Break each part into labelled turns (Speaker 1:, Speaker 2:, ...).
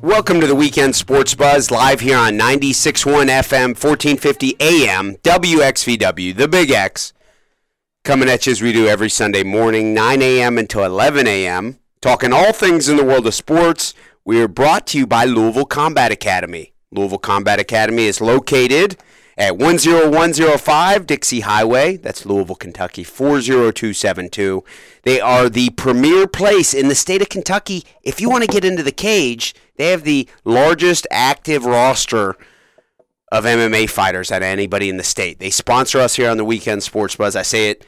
Speaker 1: Welcome to the Weekend Sports Buzz, live here on 96.1 FM, 1450 AM, WXVW, the Big X. Coming at you as we do every Sunday morning, 9 a.m. until 11 a.m., talking all things in the world of sports. We are brought to you by Louisville Combat Academy. Louisville Combat Academy is located at 10105 Dixie Highway. That's Louisville, Kentucky, 40272. They are the premier place in the state of Kentucky. If you want to get into the cage, they have the largest active roster of MMA fighters out of anybody in the state. They sponsor us here on the Weekend Sports Buzz. I say it,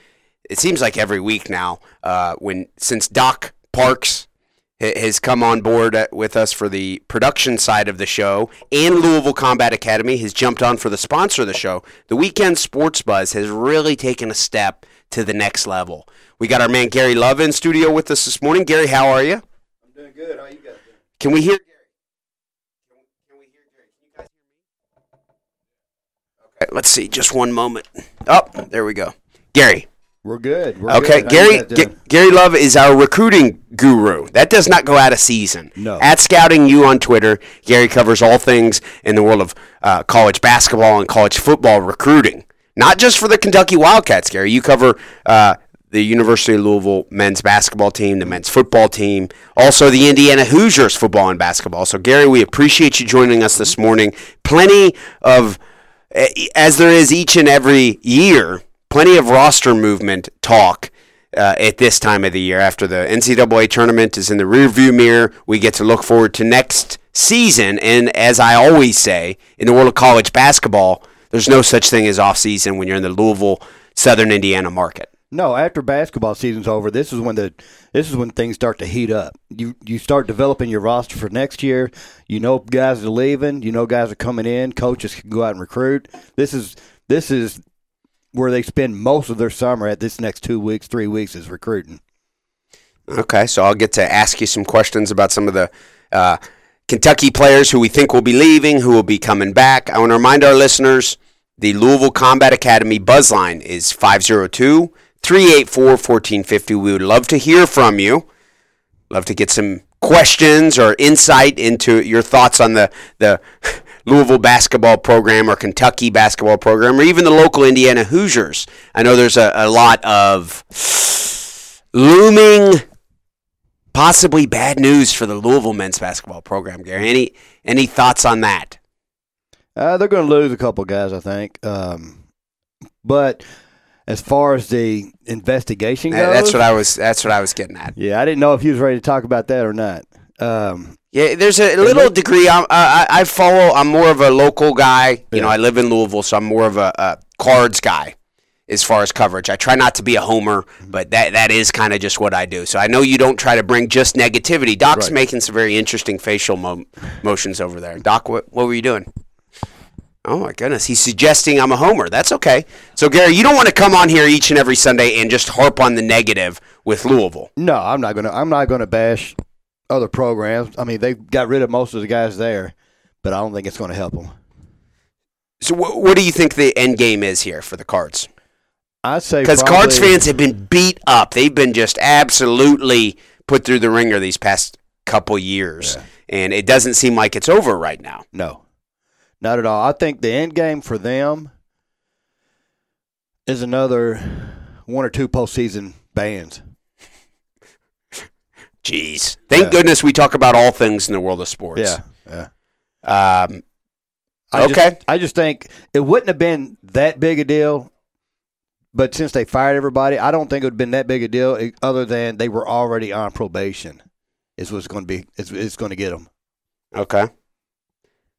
Speaker 1: it seems like every week now, uh, when since Doc Parks ha- has come on board uh, with us for the production side of the show, and Louisville Combat Academy has jumped on for the sponsor of the show. The Weekend Sports Buzz has really taken a step to the next level. We got our man Gary Love in studio with us this morning. Gary, how are you?
Speaker 2: I'm doing good. How you guys doing?
Speaker 1: Can we hear? Okay, let's see. Just one moment. Up oh, there we go. Gary.
Speaker 2: We're good. We're
Speaker 1: Okay,
Speaker 2: good. How you
Speaker 1: Gary.
Speaker 2: guys doing?
Speaker 1: G- Gary Love is our recruiting guru. That does not go out of season.
Speaker 2: No.
Speaker 1: At scouting you on Twitter, Gary covers all things in the world of uh, college basketball and college football recruiting. Not just for the Kentucky Wildcats, Gary. You cover uh, the University of Louisville men's basketball team, the men's football team, also the Indiana Hoosiers football and basketball. So, Gary, we appreciate you joining us this morning. Plenty of a- as there is each and every year, plenty of roster movement talk uh, at this time of the year. After the NCAA tournament is in the rearview mirror, we get to look forward to next season. And as I always say, in the world of college basketball, there's no such thing as off season when you're in the Louisville, Southern Indiana market.
Speaker 2: No, after basketball season's over, this is when the this is when things start to heat up. You you start developing your roster for next year. You know guys are leaving. You know guys are coming in. Coaches can go out and recruit. This is this is where they spend most of their summer at this next two weeks, three weeks is recruiting.
Speaker 1: Okay, so I'll get to ask you some questions about some of the uh, Kentucky players who we think will be leaving, who will be coming back. I want to remind our listeners the Louisville Combat Academy buzz line is 502 384 1450. We would love to hear from you. Love to get some questions or insight into your thoughts on the, the Louisville basketball program or Kentucky basketball program or even the local Indiana Hoosiers. I know there's a, a lot of looming possibly bad news for the Louisville men's basketball program, Gary. Any any thoughts on that?
Speaker 2: Uh, they're going to lose a couple guys, I think. Um, but as far as the investigation
Speaker 1: That-
Speaker 2: goes,
Speaker 1: That's what I was. That's what I was getting at.
Speaker 2: yeah, I didn't know if he was ready to talk about that or not. Um,
Speaker 1: Yeah, there's a little degree. I'm, I I I follow. I'm more of a local guy. You know,
Speaker 2: Yeah.
Speaker 1: I live in Louisville, so I'm more of a, a cards guy as far as coverage. I try not to be a homer,
Speaker 2: Mm-hmm.
Speaker 1: but that that is kind of just what I do. So I know you don't try to bring just negativity. Doc's
Speaker 2: Right.
Speaker 1: making some very interesting facial mo- motions over there. Doc, what what were you doing? Oh my goodness, he's suggesting I'm a homer. That's okay. So Gary, you don't want to come on here each and every Sunday and just harp on the negative with Louisville.
Speaker 2: No, I'm not gonna. I'm not gonna bash other programs. I mean, they got rid of most of the guys there, but I don't think it's gonna help them.
Speaker 1: So wh- what do you think the end game is here for the Cards?
Speaker 2: I say
Speaker 1: Because
Speaker 2: probably-
Speaker 1: Cards fans have been beat up. They've been just absolutely put through the ringer these past couple years. And it doesn't seem like it's over right now.
Speaker 2: No, not at all. I think the end game for them is another one or two postseason bans.
Speaker 1: Jeez. Thank
Speaker 2: Yeah.
Speaker 1: goodness we talk about all things in the world of sports.
Speaker 2: Yeah, yeah.
Speaker 1: Um,
Speaker 2: I
Speaker 1: Okay.
Speaker 2: Just, I just think it wouldn't have been that big a deal, but since they fired everybody, I don't think it would have been that big a deal. eh, Other than they were already on probation, is what's going to be. It's, it's going to get them.
Speaker 1: okay.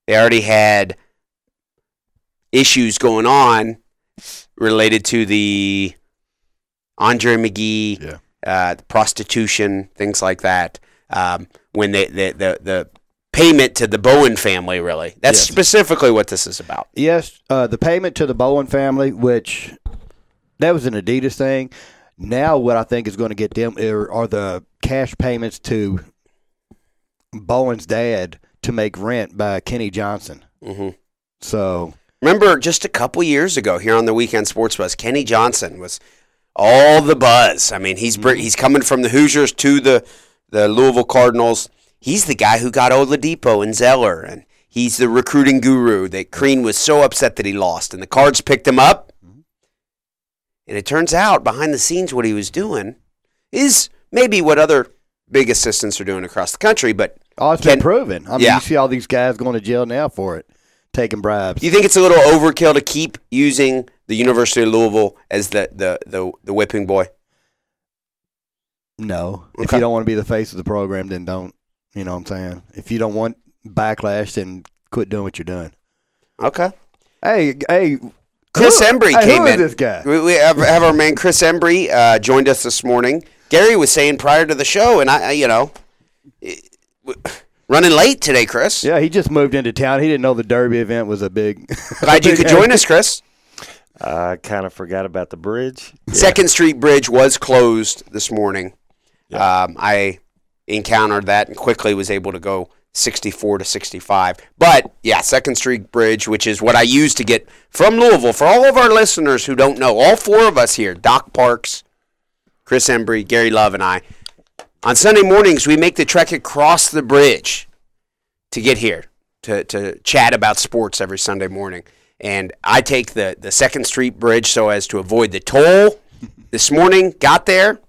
Speaker 1: They already had issues going on related to the Andre McGee,
Speaker 2: Yeah.
Speaker 1: uh, prostitution, things like that. Um, when they, the, the, the payment to the Bowen family, really. That's
Speaker 2: Yes.
Speaker 1: specifically what this is about.
Speaker 2: Yes, uh, the payment to the Bowen family, which that was an Adidas thing. Now, what I think is going to get them are, are the cash payments to Bowen's dad to make rent by Kenny Johnson.
Speaker 1: hmm
Speaker 2: So,
Speaker 1: Remember just a couple years ago here on the Weekend Sports Buzz, Kenny Johnson was all the buzz. I mean, he's br- he's coming from the Hoosiers to the the Louisville Cardinals. he's the guy who got Oladipo and Zeller, and he's the recruiting guru that Crean was so upset that he lost, and the Cards picked him up. And it turns out behind the scenes, what he was doing is maybe what other big assistants are doing across the country. But
Speaker 2: Oh, it's
Speaker 1: Can-
Speaker 2: been proven. I mean,
Speaker 1: Yeah.
Speaker 2: you see all these guys going to jail now for it, taking bribes.
Speaker 1: do you think it's a little overkill to keep using the University of Louisville as the the the, the whipping boy?
Speaker 2: No. If
Speaker 1: Okay.
Speaker 2: you don't want to be the face of the program, then don't. You know what I'm saying? If you don't want backlash, then quit doing what you're doing.
Speaker 1: Okay.
Speaker 2: Hey, hey,
Speaker 1: Chris
Speaker 2: who-
Speaker 1: Embry
Speaker 2: hey,
Speaker 1: came
Speaker 2: who is
Speaker 1: in.
Speaker 2: this guy?
Speaker 1: We, we have, have our man Chris Embry uh, joined us this morning. Gary was saying prior to the show, and I, I you know, it- w- running late today, Chris.
Speaker 2: Yeah, he just moved into town. He didn't know the Derby event was a big.
Speaker 1: Glad you could join us, Chris.
Speaker 3: I kind of forgot about the bridge.
Speaker 1: Second Street Bridge was closed this morning. Um, I encountered that and quickly was able to go 64 to 65. But yeah, Second Street Bridge, which is what I used to get from Louisville. For all of our listeners who don't know, all four of us here Doc Parks, Chris Embry, Gary Love, and I on Sunday mornings, we make the trek across the bridge to get here to, to chat about sports every Sunday morning. And I take the, the Second Street Bridge so as to avoid the toll. This morning, got there,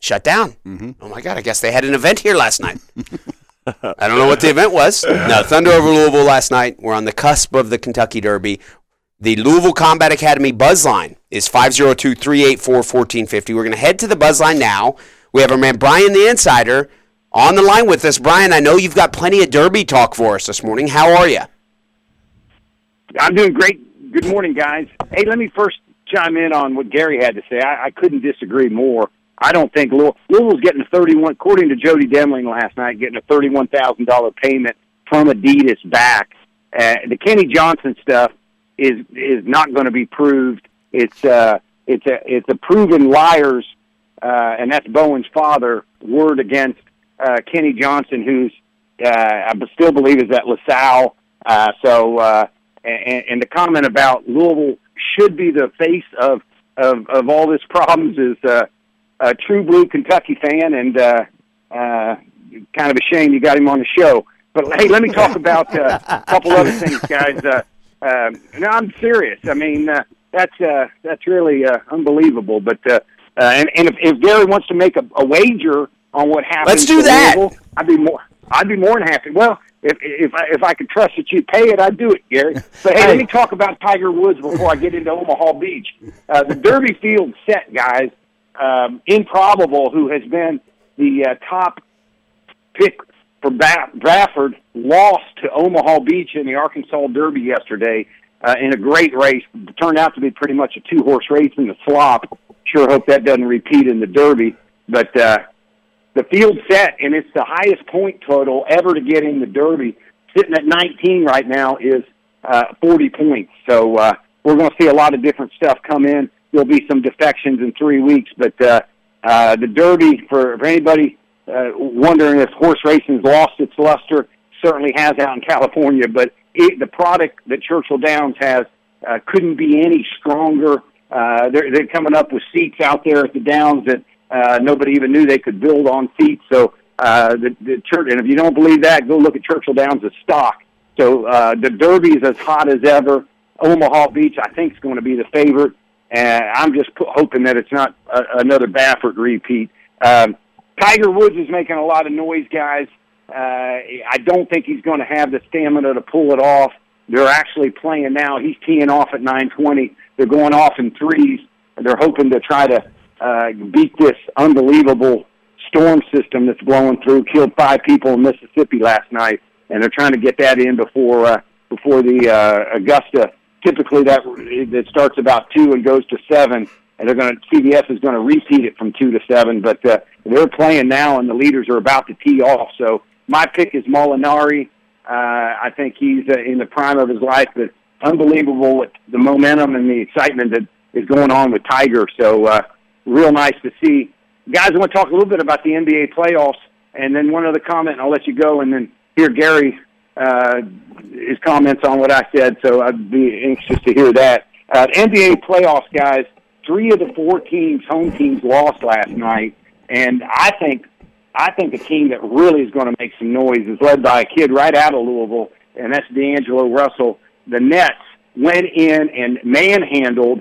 Speaker 1: shut down. Oh my God, I guess they had an event here last night. I don't know what the event was. No, Thunder over Louisville last night. We're on the cusp of the Kentucky Derby. The Louisville Combat Academy buzz line is 502 384 1450. We're going to head to the buzz line now. We have our man Brian the Insider on the line with us. Brian, I know you've got plenty of Derby talk for us this morning. How are you?
Speaker 4: I'm doing great. Good morning, guys. Hey, let me first chime in on what Gary had to say. I, I couldn't disagree more. I don't think Louisville, Louisville's getting a 31, according to Jody Demling last night, getting a $31,000 payment from Adidas back. Uh, the Kenny Johnson stuff is is not going to be proved. It's uh, it's a it's a proven liars, uh, and that's Bowen's father word against uh, Kenny Johnson, who's uh, I still believe is at LaSalle. Uh, so uh, and, and the comment about Louisville should be the face of of, of all this problems is uh, a true blue Kentucky fan, and uh, uh, kind of a shame you got him on the show. But hey, let me talk about uh, a couple other things, guys. Uh, um, no, I'm serious. I mean, uh, that's uh, that's really uh, unbelievable. But uh, uh, and, and if, if Gary wants to make a, a wager on what happened,
Speaker 1: Let's do that.
Speaker 4: I'd be more. I'd be more than happy. Well, if if I, if I could trust that you'd pay it, I'd do it, Gary. But hey, let me talk about Tiger Woods before I get into Omaha Beach. Uh, the Derby field set, guys. Um, improbable, who has been the uh, top pick for ba- Bafford lost to Omaha Beach in the Arkansas Derby yesterday uh, in a great race. It turned out to be pretty much a two horse race in the slop. Sure hope that doesn't repeat in the Derby. But uh, the field set, and it's the highest point total ever to get in the Derby. Sitting at 19 right now is uh, 40 points. So uh, we're going to see a lot of different stuff come in. There'll be some defections in three weeks, but uh, uh, the Derby, for, for anybody uh, wondering if horse racing's lost its luster, certainly has out in California. But it, the product that Churchill Downs has uh, couldn't be any stronger. Uh, they're, they're coming up with seats out there at the Downs that uh, nobody even knew they could build on seats. So uh, the, the church, and if you don't believe that, go look at Churchill Downs' stock. So uh, the Derby's as hot as ever. Omaha Beach, I think, is going to be the favorite, and I'm just p- hoping that it's not a, another Baffert repeat. Um, Tiger Woods is making a lot of noise, guys. Uh, I don't think he's going to have the stamina to pull it off. They're actually playing now. He's teeing off at 9:20. They're going off in threes. They're hoping to try to uh, beat this unbelievable storm system that's blowing through. Killed five people in Mississippi last night, and they're trying to get that in before uh, before the uh, Augusta. Typically, that it starts about two and goes to seven, and they're going to CBS is going to repeat it from two to seven. But uh, they're playing now, and the leaders are about to tee off. So my pick is Molinari. Uh, I think he's uh, in the prime of his life, but unbelievable with the momentum and the excitement that is going on with Tiger. So uh, real nice to see. Guys, I want to talk a little bit about the NBA playoffs, and then one other comment, and I'll let you go, and then hear Gary uh, his comments on what I said. So I'd be anxious to hear that. Uh, the NBA playoffs, guys. Three of the four teams, home teams, lost last night, and I think I think the team that really is going to make some noise is led by a kid right out of Louisville, and that's D'Angelo Russell. The Nets went in and manhandled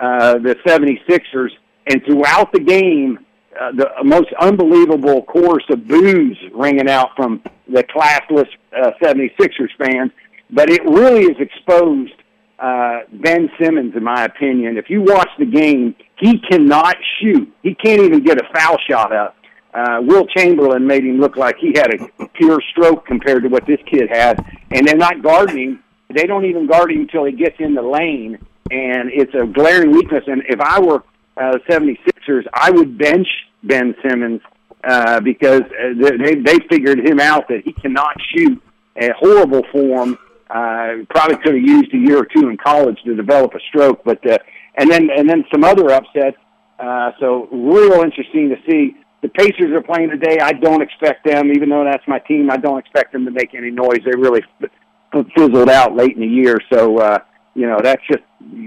Speaker 4: uh, the 76ers, and throughout the game, uh, the most unbelievable chorus of boos ringing out from the classless uh, 76ers fans. But it really is exposed uh, Ben Simmons, in my opinion. If you watch the game, he cannot shoot. He can't even get a foul shot up. Uh, Will Chamberlain made him look like he had a pure stroke compared to what this kid had, and they're not guarding him. They don't even guard him until he gets in the lane, and it's a glaring weakness. And if I were uh, 76ers, I would bench Ben Simmons uh, because uh, they, they figured him out that he cannot shoot at horrible form. Uh, probably could have used a year or two in college to develop a stroke, but uh, and then and then some other upsets. Uh, so real interesting to see. The Pacers are playing today. I don't expect them, even though that's my team. I don't expect them to make any noise. They really f- f- fizzled out late in the year, so uh, you know that's just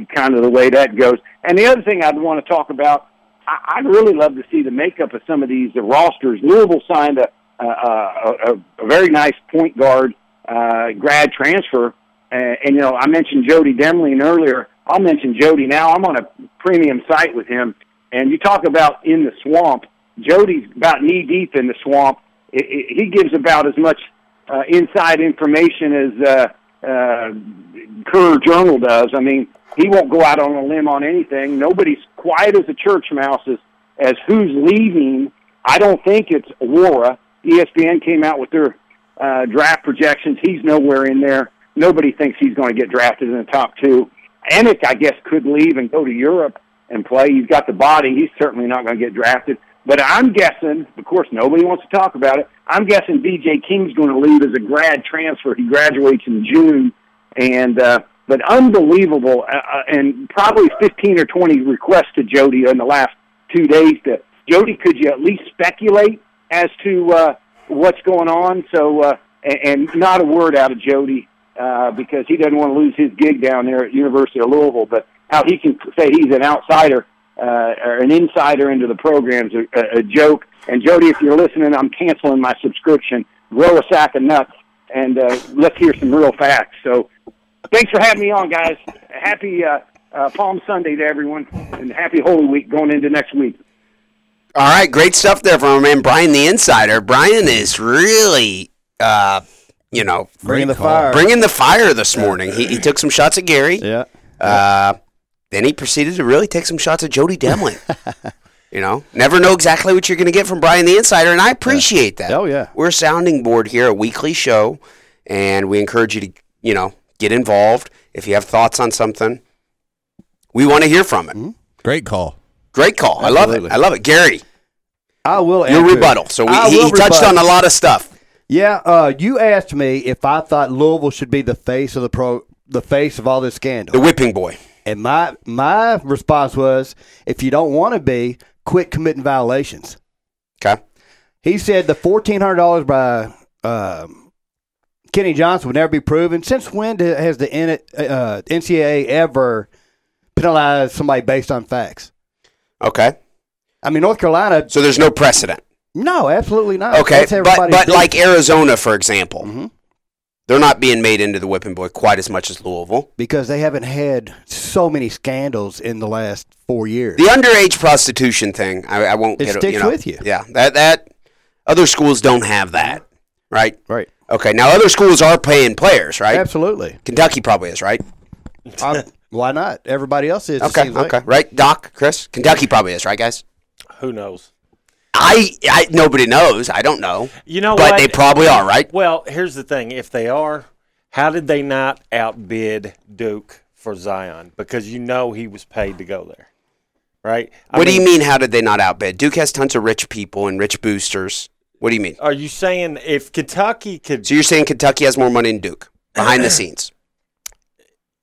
Speaker 4: kind of the way that goes. And the other thing I'd want to talk about, I, I'd really love to see the makeup of some of these the rosters. Louisville signed a a, a, a very nice point guard uh, grad transfer, uh, and you know I mentioned Jody Demling earlier. I'll mention Jody now. I'm on a premium site with him, and you talk about in the swamp. Jody's about knee deep in the swamp. It, it, he gives about as much uh, inside information as uh, uh, Kerr Journal does. I mean, he won't go out on a limb on anything. Nobody's quiet as a church mouse as, as who's leaving. I don't think it's E Wara. ESPN came out with their uh, draft projections. He's nowhere in there. Nobody thinks he's going to get drafted in the top two. Anik, I guess, could leave and go to Europe and play. He's got the body. He's certainly not going to get drafted. But I'm guessing, of course, nobody wants to talk about it. I'm guessing B.J. King's going to leave as a grad transfer. He graduates in June, and uh, but unbelievable, uh, and probably 15 or 20 requests to Jody in the last two days. To Jody, could you at least speculate as to uh, what's going on? So, uh, and, and not a word out of Jody uh, because he doesn't want to lose his gig down there at University of Louisville. But how he can say he's an outsider uh, or an insider into the program's a, a, a joke. And Jody, if you're listening, I'm canceling my subscription. Grow a sack of nuts, and uh, let's hear some real facts. So, thanks for having me on, guys. Happy uh, uh, Palm Sunday to everyone, and happy Holy Week going into next week.
Speaker 1: All right, great stuff there from our man Brian the Insider. Brian is really, uh, you know,
Speaker 2: Bringing the fire.
Speaker 1: bringing the fire this morning. He, he took some shots at Gary.
Speaker 2: Yeah.
Speaker 1: Uh, then he proceeded to really take some shots at Jody Demling. you know, never know exactly what you're going to get from Brian the Insider, and I appreciate that.
Speaker 2: Oh, yeah.
Speaker 1: We're a sounding board here, a weekly show, and we encourage you to, you know, get involved. If you have thoughts on something, we want to hear from it.
Speaker 2: Mm-hmm.
Speaker 5: Great call.
Speaker 1: Great call.
Speaker 2: Absolutely.
Speaker 1: I love it. I love it. Gary,
Speaker 2: I will
Speaker 1: your
Speaker 2: answer.
Speaker 1: rebuttal. So we,
Speaker 2: I
Speaker 1: he,
Speaker 2: will
Speaker 1: he touched on
Speaker 2: rebut.
Speaker 1: a lot of stuff.
Speaker 2: Yeah, uh, you asked me if I thought Louisville should be the face of the pro, the face of all this scandal.
Speaker 1: The whipping boy.
Speaker 2: And my my response was, if you don't want to be, quit committing violations.
Speaker 1: Okay.
Speaker 2: He said the fourteen hundred dollars by um Kenny Johnson would never be proven. Since when do- has the N- uh, NCAA ever penalized somebody based on facts?
Speaker 1: Okay.
Speaker 2: I mean, North Carolina,
Speaker 1: So there's no precedent.
Speaker 2: no, absolutely not.
Speaker 1: Okay.
Speaker 2: That's Mm-hmm.
Speaker 1: But
Speaker 2: everybody's
Speaker 1: but
Speaker 2: business.
Speaker 1: like Arizona, for example, they're not being made into the whipping boy quite as much as Louisville.
Speaker 2: because they haven't had so many scandals in the last four years.
Speaker 1: The underage prostitution thing, I, I won't
Speaker 2: It
Speaker 1: get
Speaker 2: sticks
Speaker 1: you know,
Speaker 2: with you.
Speaker 1: Yeah. That that other schools don't have that. Right?
Speaker 2: right,
Speaker 1: Okay. Now other schools are paying players, right?
Speaker 2: absolutely.
Speaker 1: Kentucky probably is, right?
Speaker 2: I'm- why not? Everybody else is. it
Speaker 1: Okay.
Speaker 2: seems like.
Speaker 1: Okay. Right, Doc, Chris? Kentucky probably is, right, guys?
Speaker 3: Who knows?
Speaker 1: I, I nobody knows. I don't know.
Speaker 3: You know
Speaker 1: but
Speaker 3: what?
Speaker 1: they probably are, right?
Speaker 3: Well, here's the thing: if they are, how did they not outbid Duke for Zion? Because you know he was paid to go there, right? I
Speaker 1: what do you mean? How did they not outbid? Duke has tons of rich people and rich boosters. What do you mean?
Speaker 3: Are you saying if Kentucky could,
Speaker 1: So you're saying Kentucky has more money than Duke behind the scenes?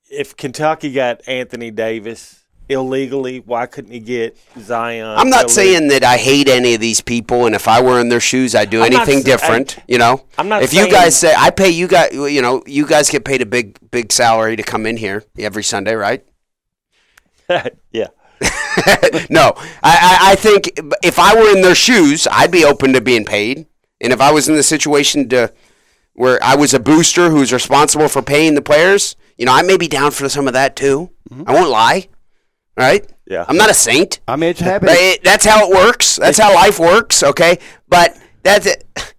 Speaker 3: if Kentucky got Anthony Davis illegally, why couldn't he get Zion?
Speaker 1: I'm not
Speaker 3: illegally?
Speaker 1: saying that I hate any of these people, and if I were in their shoes, I'd do
Speaker 3: I'm not
Speaker 1: anything
Speaker 3: s-
Speaker 1: different.
Speaker 3: I-
Speaker 1: you know,
Speaker 3: I'm not
Speaker 1: If you
Speaker 3: saying-
Speaker 1: guys say I pay you guys, you know, you guys get paid a big, big salary to come in here every Sunday, right?
Speaker 3: yeah.
Speaker 1: no, I, I, I think if I were in their shoes, I'd be open to being paid. And if I was in the situation to where I was a booster who's responsible for paying the players, you know, I may be down for some of that too. I won't lie, right?
Speaker 3: Mm-hmm. Yeah.
Speaker 1: I'm not a saint.
Speaker 2: I mean, it's happening.
Speaker 1: Right? It- that's how it works. That's how life works. Okay, but that's it.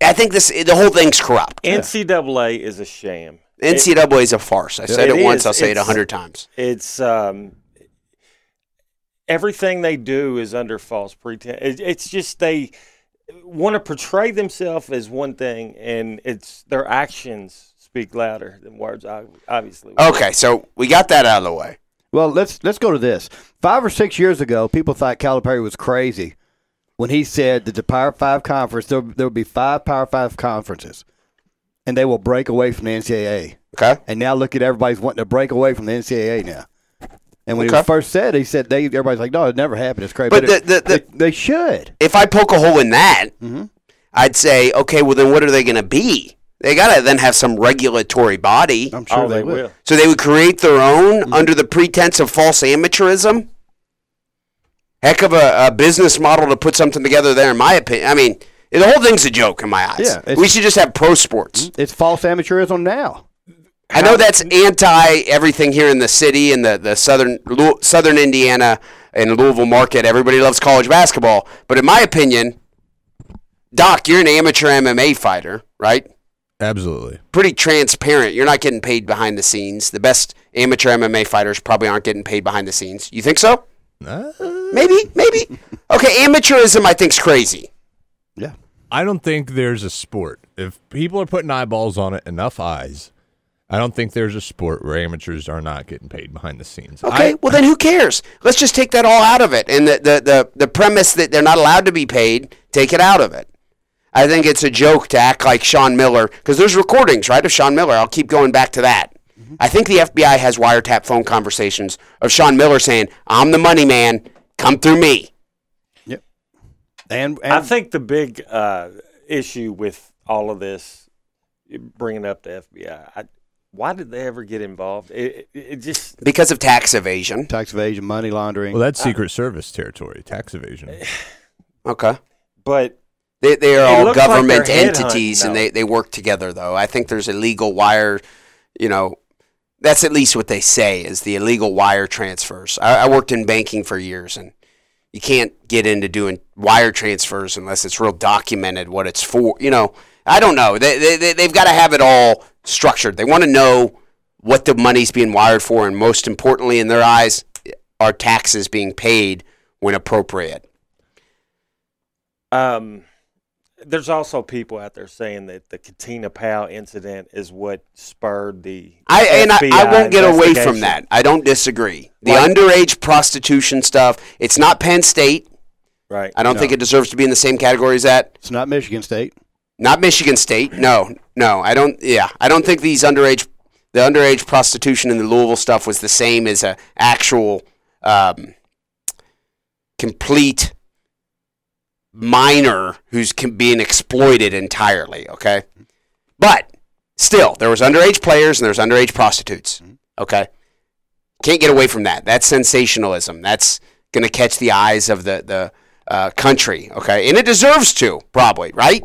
Speaker 1: I think this the whole thing's corrupt.
Speaker 3: NCAA is a sham.
Speaker 1: NCAA is a farce. I said
Speaker 3: It
Speaker 1: it, once.
Speaker 3: is.
Speaker 1: I'll say it a
Speaker 3: It's-
Speaker 1: hundred times.
Speaker 3: It's um, everything they do is under false pretense. It, it's just they want to portray themselves as one thing, and it's their actions speak louder than words. ob- Obviously,
Speaker 1: Okay, so we got that out of the way.
Speaker 2: Well, let's let's go to this. Five or six years ago, people thought Calipari was crazy when he said that the Power Five conference there there would be five Power Five conferences, and they will break away from the NCAA.
Speaker 1: Okay.
Speaker 2: And now look at everybody's wanting to break away from the NCAA now. And when he
Speaker 1: Okay.
Speaker 2: was first said, he said they everybody's like, no, it never happened. It's crazy.
Speaker 1: But
Speaker 2: it-
Speaker 1: the- the- the-
Speaker 2: they, they should. Mm-hmm.
Speaker 1: If I poke a hole in that, I'd say, okay, well then what are they going to be? They got to then have some regulatory body.
Speaker 2: I'm sure
Speaker 3: oh,
Speaker 2: they, Mm-hmm.
Speaker 3: they
Speaker 2: would.
Speaker 3: will.
Speaker 1: So they would create their own under the pretense of false amateurism. Heck of a, a business model to put something together there, in my opinion. I mean, the whole thing's a joke in my eyes.
Speaker 2: Yeah, it's- Mm-hmm.
Speaker 1: we should just have pro sports.
Speaker 2: It's false amateurism now.
Speaker 1: I know that's anti everything here in the city and the, the southern Lu- southern Indiana and Louisville market. Everybody loves college basketball, but in my opinion, Doc, you're an amateur MMA fighter, right?
Speaker 5: Absolutely.
Speaker 1: Pretty transparent. You're not getting paid behind the scenes. The best amateur MMA fighters probably aren't getting paid behind the scenes. You think so? Maybe, maybe. Okay, amateurism I think's crazy.
Speaker 2: Yeah.
Speaker 5: I don't think there's a sport. If people are putting eyeballs on it, enough eyes, I don't think there's a sport where amateurs are not getting paid behind the scenes.
Speaker 1: Okay,
Speaker 5: I,
Speaker 1: well then who cares? Let's just take that all out of it, and the, the the the premise that they're not allowed to be paid, take it out of it. I think it's a joke to act like Sean Miller because there's recordings, right, of Sean Miller. I'll keep going back to that.
Speaker 2: Mm-hmm.
Speaker 1: I think the FBI has wiretap phone conversations of Sean Miller saying, "I'm the money man, come through me."
Speaker 2: And, and
Speaker 3: I think the big uh, issue with all of this, bringing up the FBI, I, why did they ever get involved? It, it, it just
Speaker 1: Because of tax evasion.
Speaker 2: tax evasion, money laundering.
Speaker 5: well, that's
Speaker 1: Uh,
Speaker 5: Secret Service territory, tax evasion.
Speaker 1: Okay.
Speaker 3: but
Speaker 1: They, they are
Speaker 3: It
Speaker 1: all
Speaker 3: looks like
Speaker 1: government
Speaker 3: they're headhunting,
Speaker 1: entities and
Speaker 3: though.
Speaker 1: they, they work together though. I think there's illegal wire, you know, that's at least what they say is the illegal wire transfers. I, I worked in banking for years and you can't get into doing wire transfers unless it's real documented what it's for. You know, I don't know. They, they, they, they've got to have it all structured. They want to know what the money's being wired for and most importantly in their eyes are taxes being paid when appropriate.
Speaker 3: Um, there's also people out there saying that the Katina Powell incident is what spurred the.
Speaker 1: I and I, I
Speaker 3: FBI
Speaker 1: won't get away from
Speaker 3: investigation.
Speaker 1: that. I don't disagree. The
Speaker 3: Like-
Speaker 1: underage prostitution stuff. It's not Penn State.
Speaker 3: Right.
Speaker 1: I don't think it deserves to be in the same category as that.
Speaker 2: it's not Michigan State.
Speaker 1: Not Michigan State. No, no. I don't. Yeah, I don't think these underage, the underage prostitution and the Louisville stuff was the same as a actual um, complete minor who's com- being exploited entirely. Okay, but still, there was underage players and there was underage prostitutes. Okay, can't get away from that. That's sensationalism. That's going to catch the eyes of the the uh, country. Okay, and it deserves to probably right.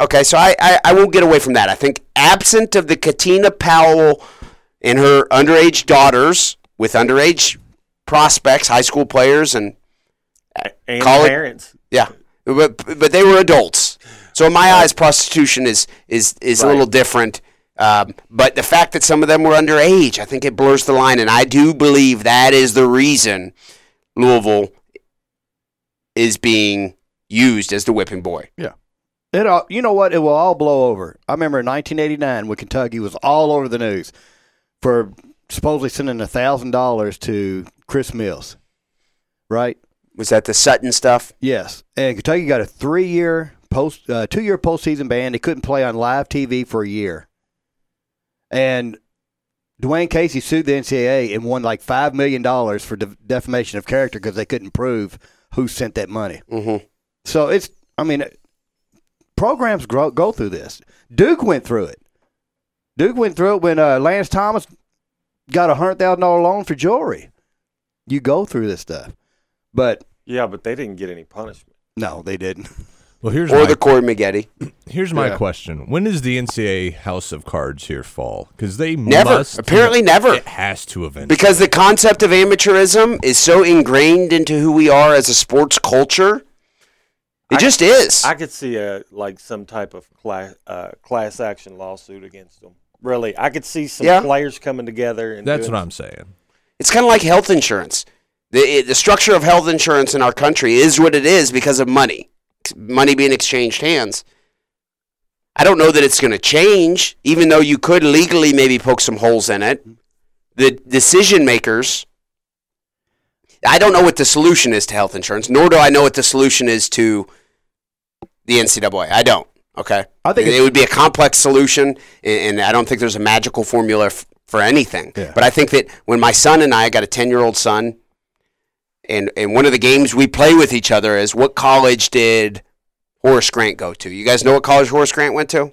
Speaker 1: Okay, so I, I I won't get away from that. I think absent of the Katina Powell and her underage daughters with underage prospects, high school players, and
Speaker 3: And
Speaker 1: Call it-
Speaker 3: parents.
Speaker 1: yeah, but but they were adults. So in my eyes, prostitution is is is a little different. Um, but the fact that some of them were underage, I think it blurs the line, and I do believe that is the reason Louisville is being used as the whipping boy.
Speaker 2: It all, you know what? It will all blow over. I remember in 1989 when Kentucky was all over the news for supposedly sending thousand dollars to Chris Mills, right?
Speaker 1: Was that the Sutton stuff?
Speaker 2: Yes, and Kentucky got a three-year post, uh, two-year postseason ban. They couldn't play on live TV for a year, and Dwayne Casey sued the NCAA and won like five million dollars for def- defamation of character because they couldn't prove who sent that money.
Speaker 1: Mm-hmm.
Speaker 2: So it's, I mean, programs grow, go through this. Duke went through it. Duke went through it when uh, Lance Thomas got a hundred thousand dollar loan for jewelry. You go through this stuff. But
Speaker 3: Yeah, but they didn't get any punishment.
Speaker 2: no, they didn't.
Speaker 5: Well, here's
Speaker 1: Or
Speaker 5: my,
Speaker 1: the Corey Maggette.
Speaker 5: here's my
Speaker 2: yeah.
Speaker 5: question: When does the NCAA House of Cards here fall? Because they
Speaker 1: Never.
Speaker 5: must-
Speaker 1: Apparently never.
Speaker 5: It has to eventually.
Speaker 1: Because the concept of amateurism is so ingrained into who we are as a sports culture. It just is.
Speaker 3: I could see a like some type of class uh, class action lawsuit against them. Really, I could see some
Speaker 1: Yeah.
Speaker 3: players coming together and
Speaker 5: that's
Speaker 3: doing
Speaker 5: what I'm saying.
Speaker 1: it's kind of like health insurance. The, it, the structure of health insurance in our country is what it is because of money, money being exchanged hands. I don't know that it's going to change, even though you could legally maybe poke some holes in it. The decision makers, I don't know what the solution is to health insurance, nor do I know what the solution is to the NCAA. I don't. Okay.
Speaker 2: I think
Speaker 1: it
Speaker 2: it's-
Speaker 1: would be a complex solution, and, and I don't think there's a magical formula f- for anything.
Speaker 2: Yeah.
Speaker 1: But I think that when my son and I, I got a 10 year old son, and, and one of the games we play with each other is what college did Horace Grant go to? You guys know what college Horace Grant went to?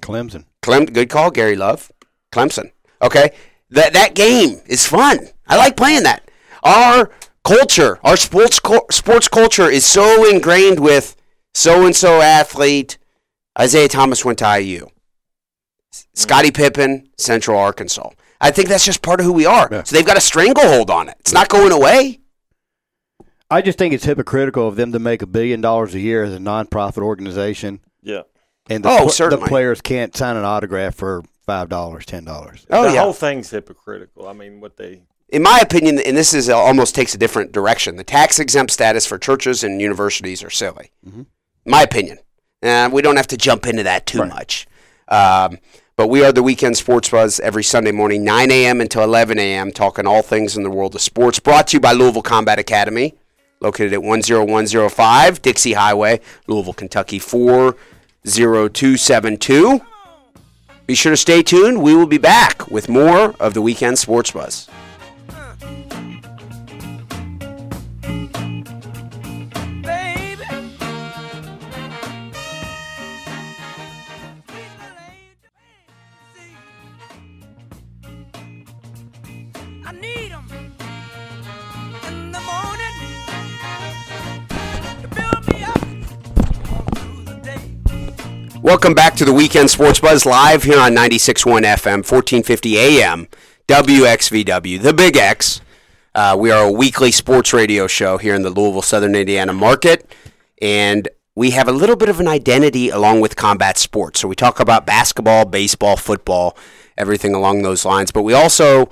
Speaker 2: Clemson.
Speaker 1: Clem, good call, Gary Love, Clemson. Okay, that that game is fun. I like playing that. Our culture, our sports cul- sports culture, is so ingrained with so and so athlete. Isaiah Thomas went to IU. S- Scottie Pippen, Central Arkansas. I think that's just part of who we are.
Speaker 2: Yeah.
Speaker 1: So they've got a stranglehold on it. It's not going away.
Speaker 2: I just think it's hypocritical of them to make a billion dollars a year as a nonprofit organization,
Speaker 3: Yeah.
Speaker 2: and the,
Speaker 1: Oh,
Speaker 2: pl-
Speaker 1: certainly.
Speaker 2: the players can't sign an autograph for five dollars, ten dollars.
Speaker 1: Oh
Speaker 3: the
Speaker 1: yeah.
Speaker 3: whole thing's hypocritical. I mean, what they
Speaker 1: in my opinion, and this is uh, almost takes a different direction. The tax exempt status for churches and universities are silly, my opinion. And we don't have to jump into that too much. Um, but we are the weekend sports buzz every Sunday morning, 9 a.m. until 11 a.m., talking all things in the world of sports. Brought to you by Louisville Combat Academy, located at 10105 Dixie Highway, Louisville, Kentucky 40272. Be sure to stay tuned. We will be back with more of the weekend sports buzz.
Speaker 6: baby. I need 'em in the morning to build me up all through the day.
Speaker 1: Welcome back to the Weekend Sports Buzz live here on 96.1 FM, 1450 AM, WXVW, the Big X. Uh, we are a weekly sports radio show here in the Louisville, Southern Indiana market, and we have a little bit of an identity along with combat sports. So we talk about basketball, baseball, football, everything along those lines, but we also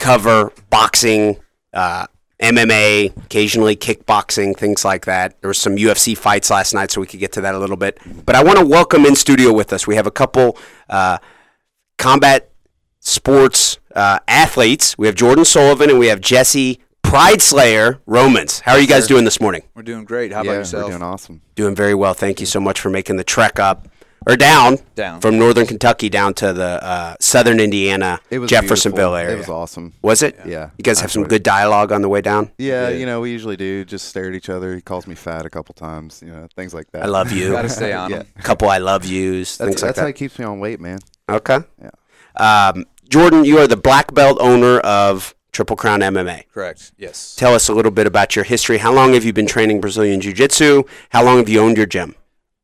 Speaker 1: cover boxing, uh, MMA, occasionally kickboxing, things like that. There was some UFC fights last night, so we could get to that a little bit. But I want to welcome in studio with us. We have a couple uh, combat sports uh, athletes. We have Jordan Sullivan and we have Jesse Pride Slayer Romans. How are you guys doing this morning?
Speaker 7: We're doing great. How about yourself?
Speaker 8: We're doing awesome.
Speaker 1: Doing very well. Thank you so much for making the trek up or down,
Speaker 7: Down.
Speaker 1: from northern Kentucky down to the uh, southern Indiana
Speaker 8: It was
Speaker 1: Jeffersonville
Speaker 8: beautiful.
Speaker 1: area.
Speaker 8: It was awesome.
Speaker 1: Was it?
Speaker 8: Yeah.
Speaker 1: You guys have some good dialogue on the way down.
Speaker 8: Yeah, you know, we usually do. Just stare at each other. He calls me fat a couple times. You know, things like that.
Speaker 1: I love you.
Speaker 7: Gotta stay on 'em.
Speaker 8: Yeah.
Speaker 1: couple I love yous,
Speaker 8: That's,
Speaker 1: things like
Speaker 8: that's how he
Speaker 1: that.
Speaker 8: keeps me on weight, man.
Speaker 1: okay. Yeah. Um, Jordan, you are the black belt owner of Triple Crown MMA.
Speaker 7: Correct. Yes.
Speaker 1: Tell us a little bit about your history. How long have you been training Brazilian Jiu Jitsu? How long have you owned your gym?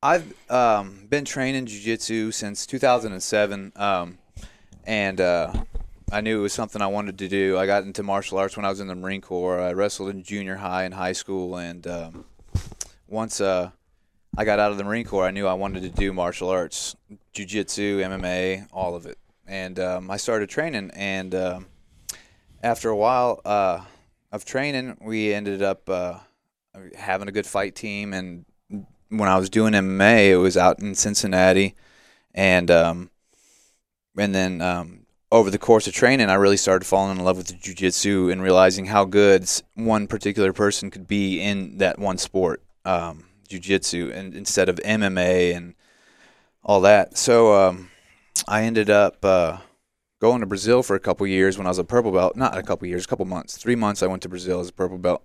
Speaker 7: I've um, been training jujitsu since 2007, um, and uh, I knew it was something I wanted to do. I got into martial arts when I was in the Marine Corps. I wrestled in junior high and high school, and um, once uh, I got out of the Marine Corps, I knew I wanted to do martial arts, jujitsu, MMA, all of it. And um, I started training, and um, after a while uh, of training, we ended up uh, having a good fight team. And when I was doing MMA, it was out in Cincinnati, and um, and then um, over the course of training, I really started falling in love with jujitsu and realizing how good s- one particular person could be in that one sport, um, jujitsu, and instead of MMA and all that. So um, I ended up. Uh, going to Brazil for a couple years when I was a purple belt. Not a couple years, a couple months. Three months I went to Brazil as a purple belt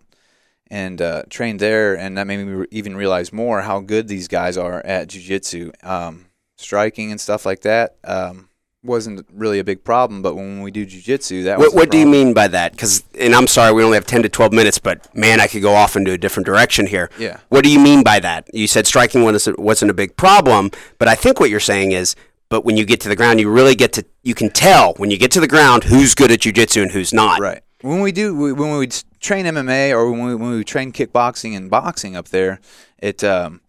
Speaker 7: and uh, trained there, and that made me re- even realize more how good these guys are at jiu-jitsu, um, striking and stuff like that. Um, wasn't really a big problem, but when we do jujitsu, that was
Speaker 1: What,
Speaker 7: a
Speaker 1: what do you
Speaker 7: problem.
Speaker 1: mean by that? Because, and I'm sorry, we only have 10 to 12 minutes, but man, I could go off into a different direction here.
Speaker 7: Yeah.
Speaker 1: What do you mean by that? You said striking wasn't wasn't a big problem, but I think what you're saying is, but when you get to the ground, you really get to, you can tell when you get to the ground who's good at jujitsu and who's not.
Speaker 7: Right. When we do, we, when we s- train MMA or when we, when we train kickboxing and boxing up there, it, um,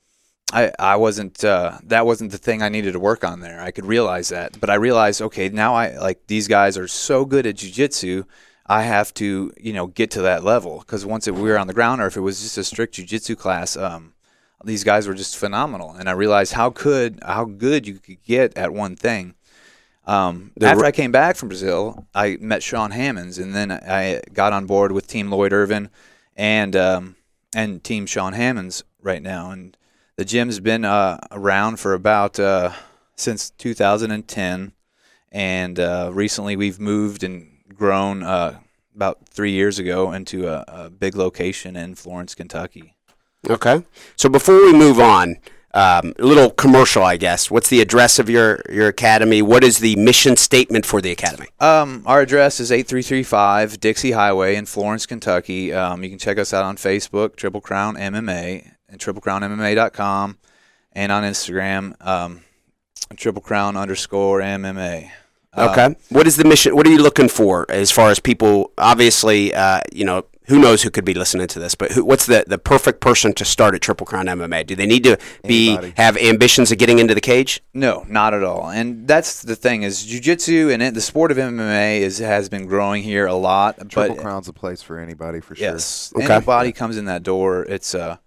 Speaker 7: I, I wasn't, uh, that wasn't the thing I needed to work on there. I could realize that, but I realized, okay, now I, like, these guys are so good at jujitsu. I have to, you know, get to that level. Cause once it, we were on the ground or if it was just a strict jujitsu class, um, these guys were just phenomenal. And I realized how could, how good you could get at one thing. Um, after I came back from Brazil, I met Sean Hammonds, and then I got on board with Team Lloyd Irvin and um, and Team Sean Hammonds right now. And the gym's been uh, around for about uh, since 2010, and uh, recently we've moved and grown uh, about three years ago into a, a big location in Florence, Kentucky.
Speaker 1: Okay. So before we move on, um, a little commercial, I guess. What's the address of your, your academy? What is the mission statement for the academy?
Speaker 7: Um, our address is 8335 Dixie Highway in Florence, Kentucky. Um, you can check us out on Facebook, Triple Crown MMA, and triplecrownmma.com, and on Instagram, um, Triple Crown underscore MMA.
Speaker 1: Okay. Uh, What is the mission? What are you looking for as far as people? Obviously, uh, you know, who knows who could be listening to this, but who, what's the, the perfect person to start at Triple Crown MMA? Do they need to be
Speaker 8: Anybody.
Speaker 1: have ambitions of getting into the cage?
Speaker 7: No, not at all. And that's the thing is jiu-jitsu and it, the sport of MMA is has been growing here a lot.
Speaker 8: Triple
Speaker 7: but
Speaker 8: Crown's a place for anybody for sure.
Speaker 7: yes, anybody comes in that door, it's uh,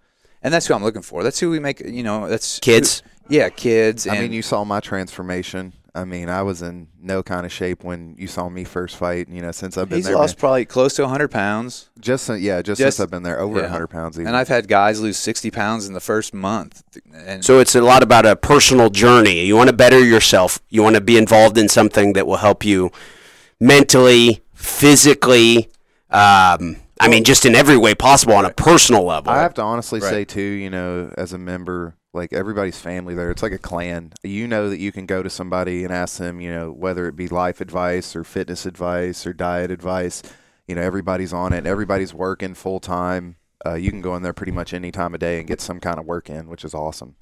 Speaker 7: and that's who I'm looking for. That's who we make. You know, that's who-
Speaker 1: Kids?
Speaker 7: yeah, kids.
Speaker 8: I
Speaker 7: and-
Speaker 8: mean, you saw my transformation. I mean, I was in no kind of shape when you saw me first fight. You know, since I've been
Speaker 7: He's
Speaker 8: there,
Speaker 7: lost
Speaker 8: man.
Speaker 7: probably close to 100 pounds.
Speaker 8: just sin- yeah, just,
Speaker 7: Just-
Speaker 8: since I've been there, over a
Speaker 7: Yeah.
Speaker 8: 100 pounds. Even.
Speaker 7: And I've had guys lose 60 pounds in the first month. And
Speaker 1: So it's a lot about a personal journey. You want to better yourself. You want to be involved in something that will help you mentally, physically. Um, I mean, just in every way possible on a personal level.
Speaker 8: I have to honestly
Speaker 7: Right.
Speaker 8: say too, you know, as a member, like everybody's family there, it's like a clan. You know that you can go to somebody and ask them, you know, whether it be life advice or fitness advice or diet advice. You know, everybody's on it. Everybody's working full time. Uh, you can go in there pretty much any time of day and get some kind of work in, which is awesome.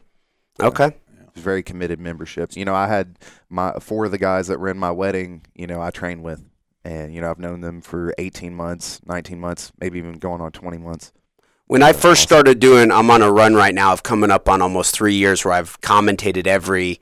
Speaker 1: okay.
Speaker 8: It's very committed memberships. You know, I had my four of the guys that were in my wedding. You know, I trained with, and you know, I've known them for 18 months, 19 months, maybe even going on 20 months.
Speaker 1: When I first started doing, I'm on a run right now of coming up on almost three years where I've commentated every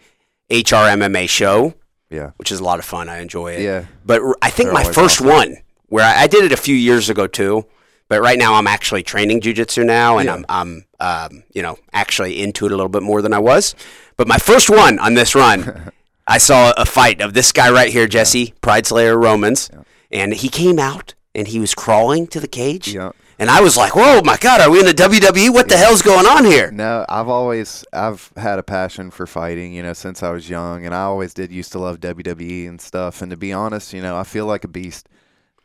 Speaker 1: HR MMA show,
Speaker 8: Yeah.
Speaker 1: which is a lot of fun. I enjoy it.
Speaker 8: Yeah.
Speaker 1: But r- I think
Speaker 8: They're
Speaker 1: my
Speaker 8: always
Speaker 1: first
Speaker 8: awesome.
Speaker 1: one, where I, I did it a few years ago too, but right now I'm actually training jujitsu now, and I'm, I'm um, you know, actually into it a little bit more than I was. But my first one on this run, I saw a fight of this guy right here, Jesse Pride Slayer Romans, and he came out and he was crawling to the cage.
Speaker 8: Yeah.
Speaker 1: And I was like, "Whoa, my God! Are we in the WWE? What the hell's going on here?"
Speaker 8: No, I've always I've had a passion for fighting, you know, since I was young, and I always did used to love WWE and stuff. And to be honest, you know, I feel like a beast,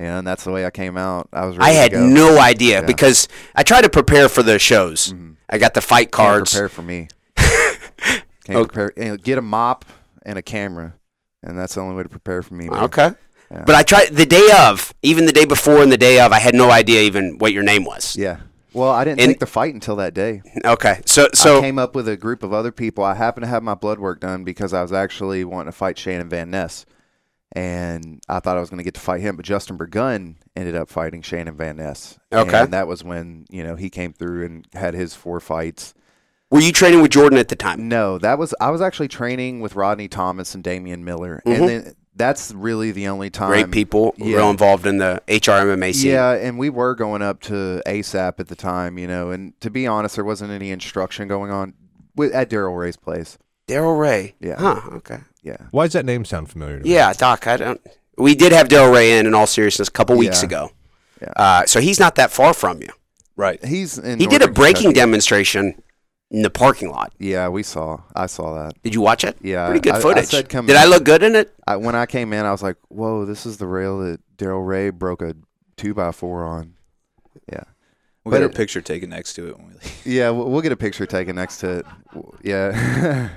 Speaker 8: you know, and that's the way I came out. I was. Ready
Speaker 1: I had
Speaker 8: to go.
Speaker 1: no idea because I tried to prepare for the shows. I got the fight
Speaker 8: Mm-hmm. Can't
Speaker 1: cards.
Speaker 8: prepare for me. Can't prepare. you know, get a mop and a camera, and that's the only way to prepare for me. man.
Speaker 1: Okay. But I tried the day of, even the day before and the day of, I had no idea even what your name was.
Speaker 8: Yeah. Well, I didn't
Speaker 1: And-
Speaker 8: take the fight until that day.
Speaker 1: Okay. So
Speaker 8: I
Speaker 1: so
Speaker 8: came up with a group of other people. I happened to have my blood work done because I was actually wanting to fight Shannon Van Ness. And I thought I was going to get to fight him, but Justin Burgun ended up fighting Shannon Van Ness.
Speaker 1: Okay.
Speaker 8: And that was when, you know, he came through and had his four fights.
Speaker 1: were you training with Jordan at the time?
Speaker 8: No, that was I was actually training with Rodney Thomas and Damian Miller. And then that's really the only time
Speaker 1: Mm-hmm. Great people,
Speaker 8: Yeah.
Speaker 1: real involved in the HRMMA scene.
Speaker 8: Yeah, and we were going up to ASAP at the time, you know, and to be honest, there wasn't any instruction going on with, at Daryl Ray's place.
Speaker 1: Daryl Ray.
Speaker 8: Yeah.
Speaker 1: Huh. Okay.
Speaker 8: Yeah.
Speaker 5: Why does that name sound familiar to me?
Speaker 1: Yeah, Doc. I don't. We did have Daryl Ray in, in all seriousness, a couple weeks
Speaker 8: Yeah.
Speaker 1: ago.
Speaker 8: Yeah.
Speaker 1: Uh, so he's not that far from you.
Speaker 7: right.
Speaker 8: He's in
Speaker 1: He did a
Speaker 8: Northern
Speaker 1: breaking
Speaker 8: Kentucky.
Speaker 1: demonstration in the parking lot.
Speaker 8: Yeah, we saw. I saw that.
Speaker 1: Did you watch it?
Speaker 8: Yeah,
Speaker 1: Pretty good
Speaker 8: I- I
Speaker 1: footage.
Speaker 8: said come
Speaker 1: did I
Speaker 8: in.
Speaker 1: look good in it?
Speaker 8: I, when I came in, I was like, "Whoa, this is the rail that Daryl Ray broke a two by four on." Yeah,
Speaker 7: We
Speaker 8: But
Speaker 7: got a
Speaker 8: it-
Speaker 7: picture taken next to it when we leave.
Speaker 8: yeah. We'll, we'll get a picture taken next to it. W- Yeah,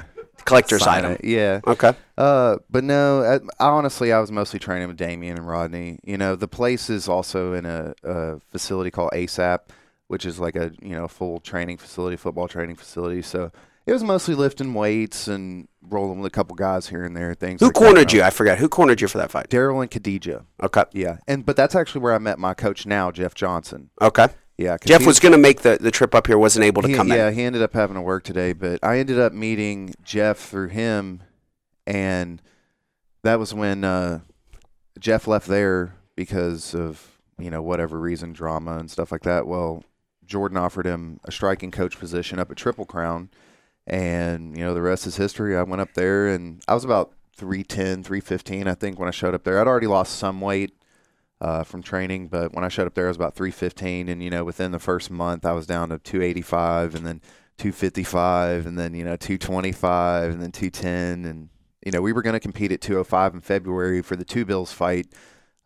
Speaker 1: collector's
Speaker 8: Sign
Speaker 1: item.
Speaker 8: it, Yeah.
Speaker 1: Okay.
Speaker 8: Uh, but no, I, I honestly, I was mostly training with Damien and Rodney. You know, the place is also in a, a facility called ASAP, which is like a you know full training facility, football training facility. So it was mostly lifting weights and rolling with a couple guys here and there. Things.
Speaker 1: Who
Speaker 8: like that.
Speaker 1: cornered you? I forgot. Who cornered you for that fight?
Speaker 8: Daryl and Khadija.
Speaker 1: Okay.
Speaker 8: Yeah, and but that's actually where I met my coach now, Jeff Johnson.
Speaker 1: Okay.
Speaker 8: Yeah, 'cause
Speaker 1: Jeff
Speaker 8: he-
Speaker 1: was going to make the, the trip up here, wasn't able to
Speaker 8: he-
Speaker 1: come
Speaker 8: yeah,
Speaker 1: in.
Speaker 8: he ended up having to work today, but I ended up meeting Jeff through him, and that was when uh, Jeff left there because of you know whatever reason, drama and stuff like that. Well, Jordan offered him a striking coach position up at Triple Crown, and you know the rest is history. I went up there, and I was about 310, 315, I think, when I showed up there. I'd already lost some weight uh, from training. But when I showed up there, I was about 315. And, you know, within the first month, I was down to 285 and then 255 and then, you know, 225 and then 210. And, you know, we were going to compete at 205 in February for the two Bills fight.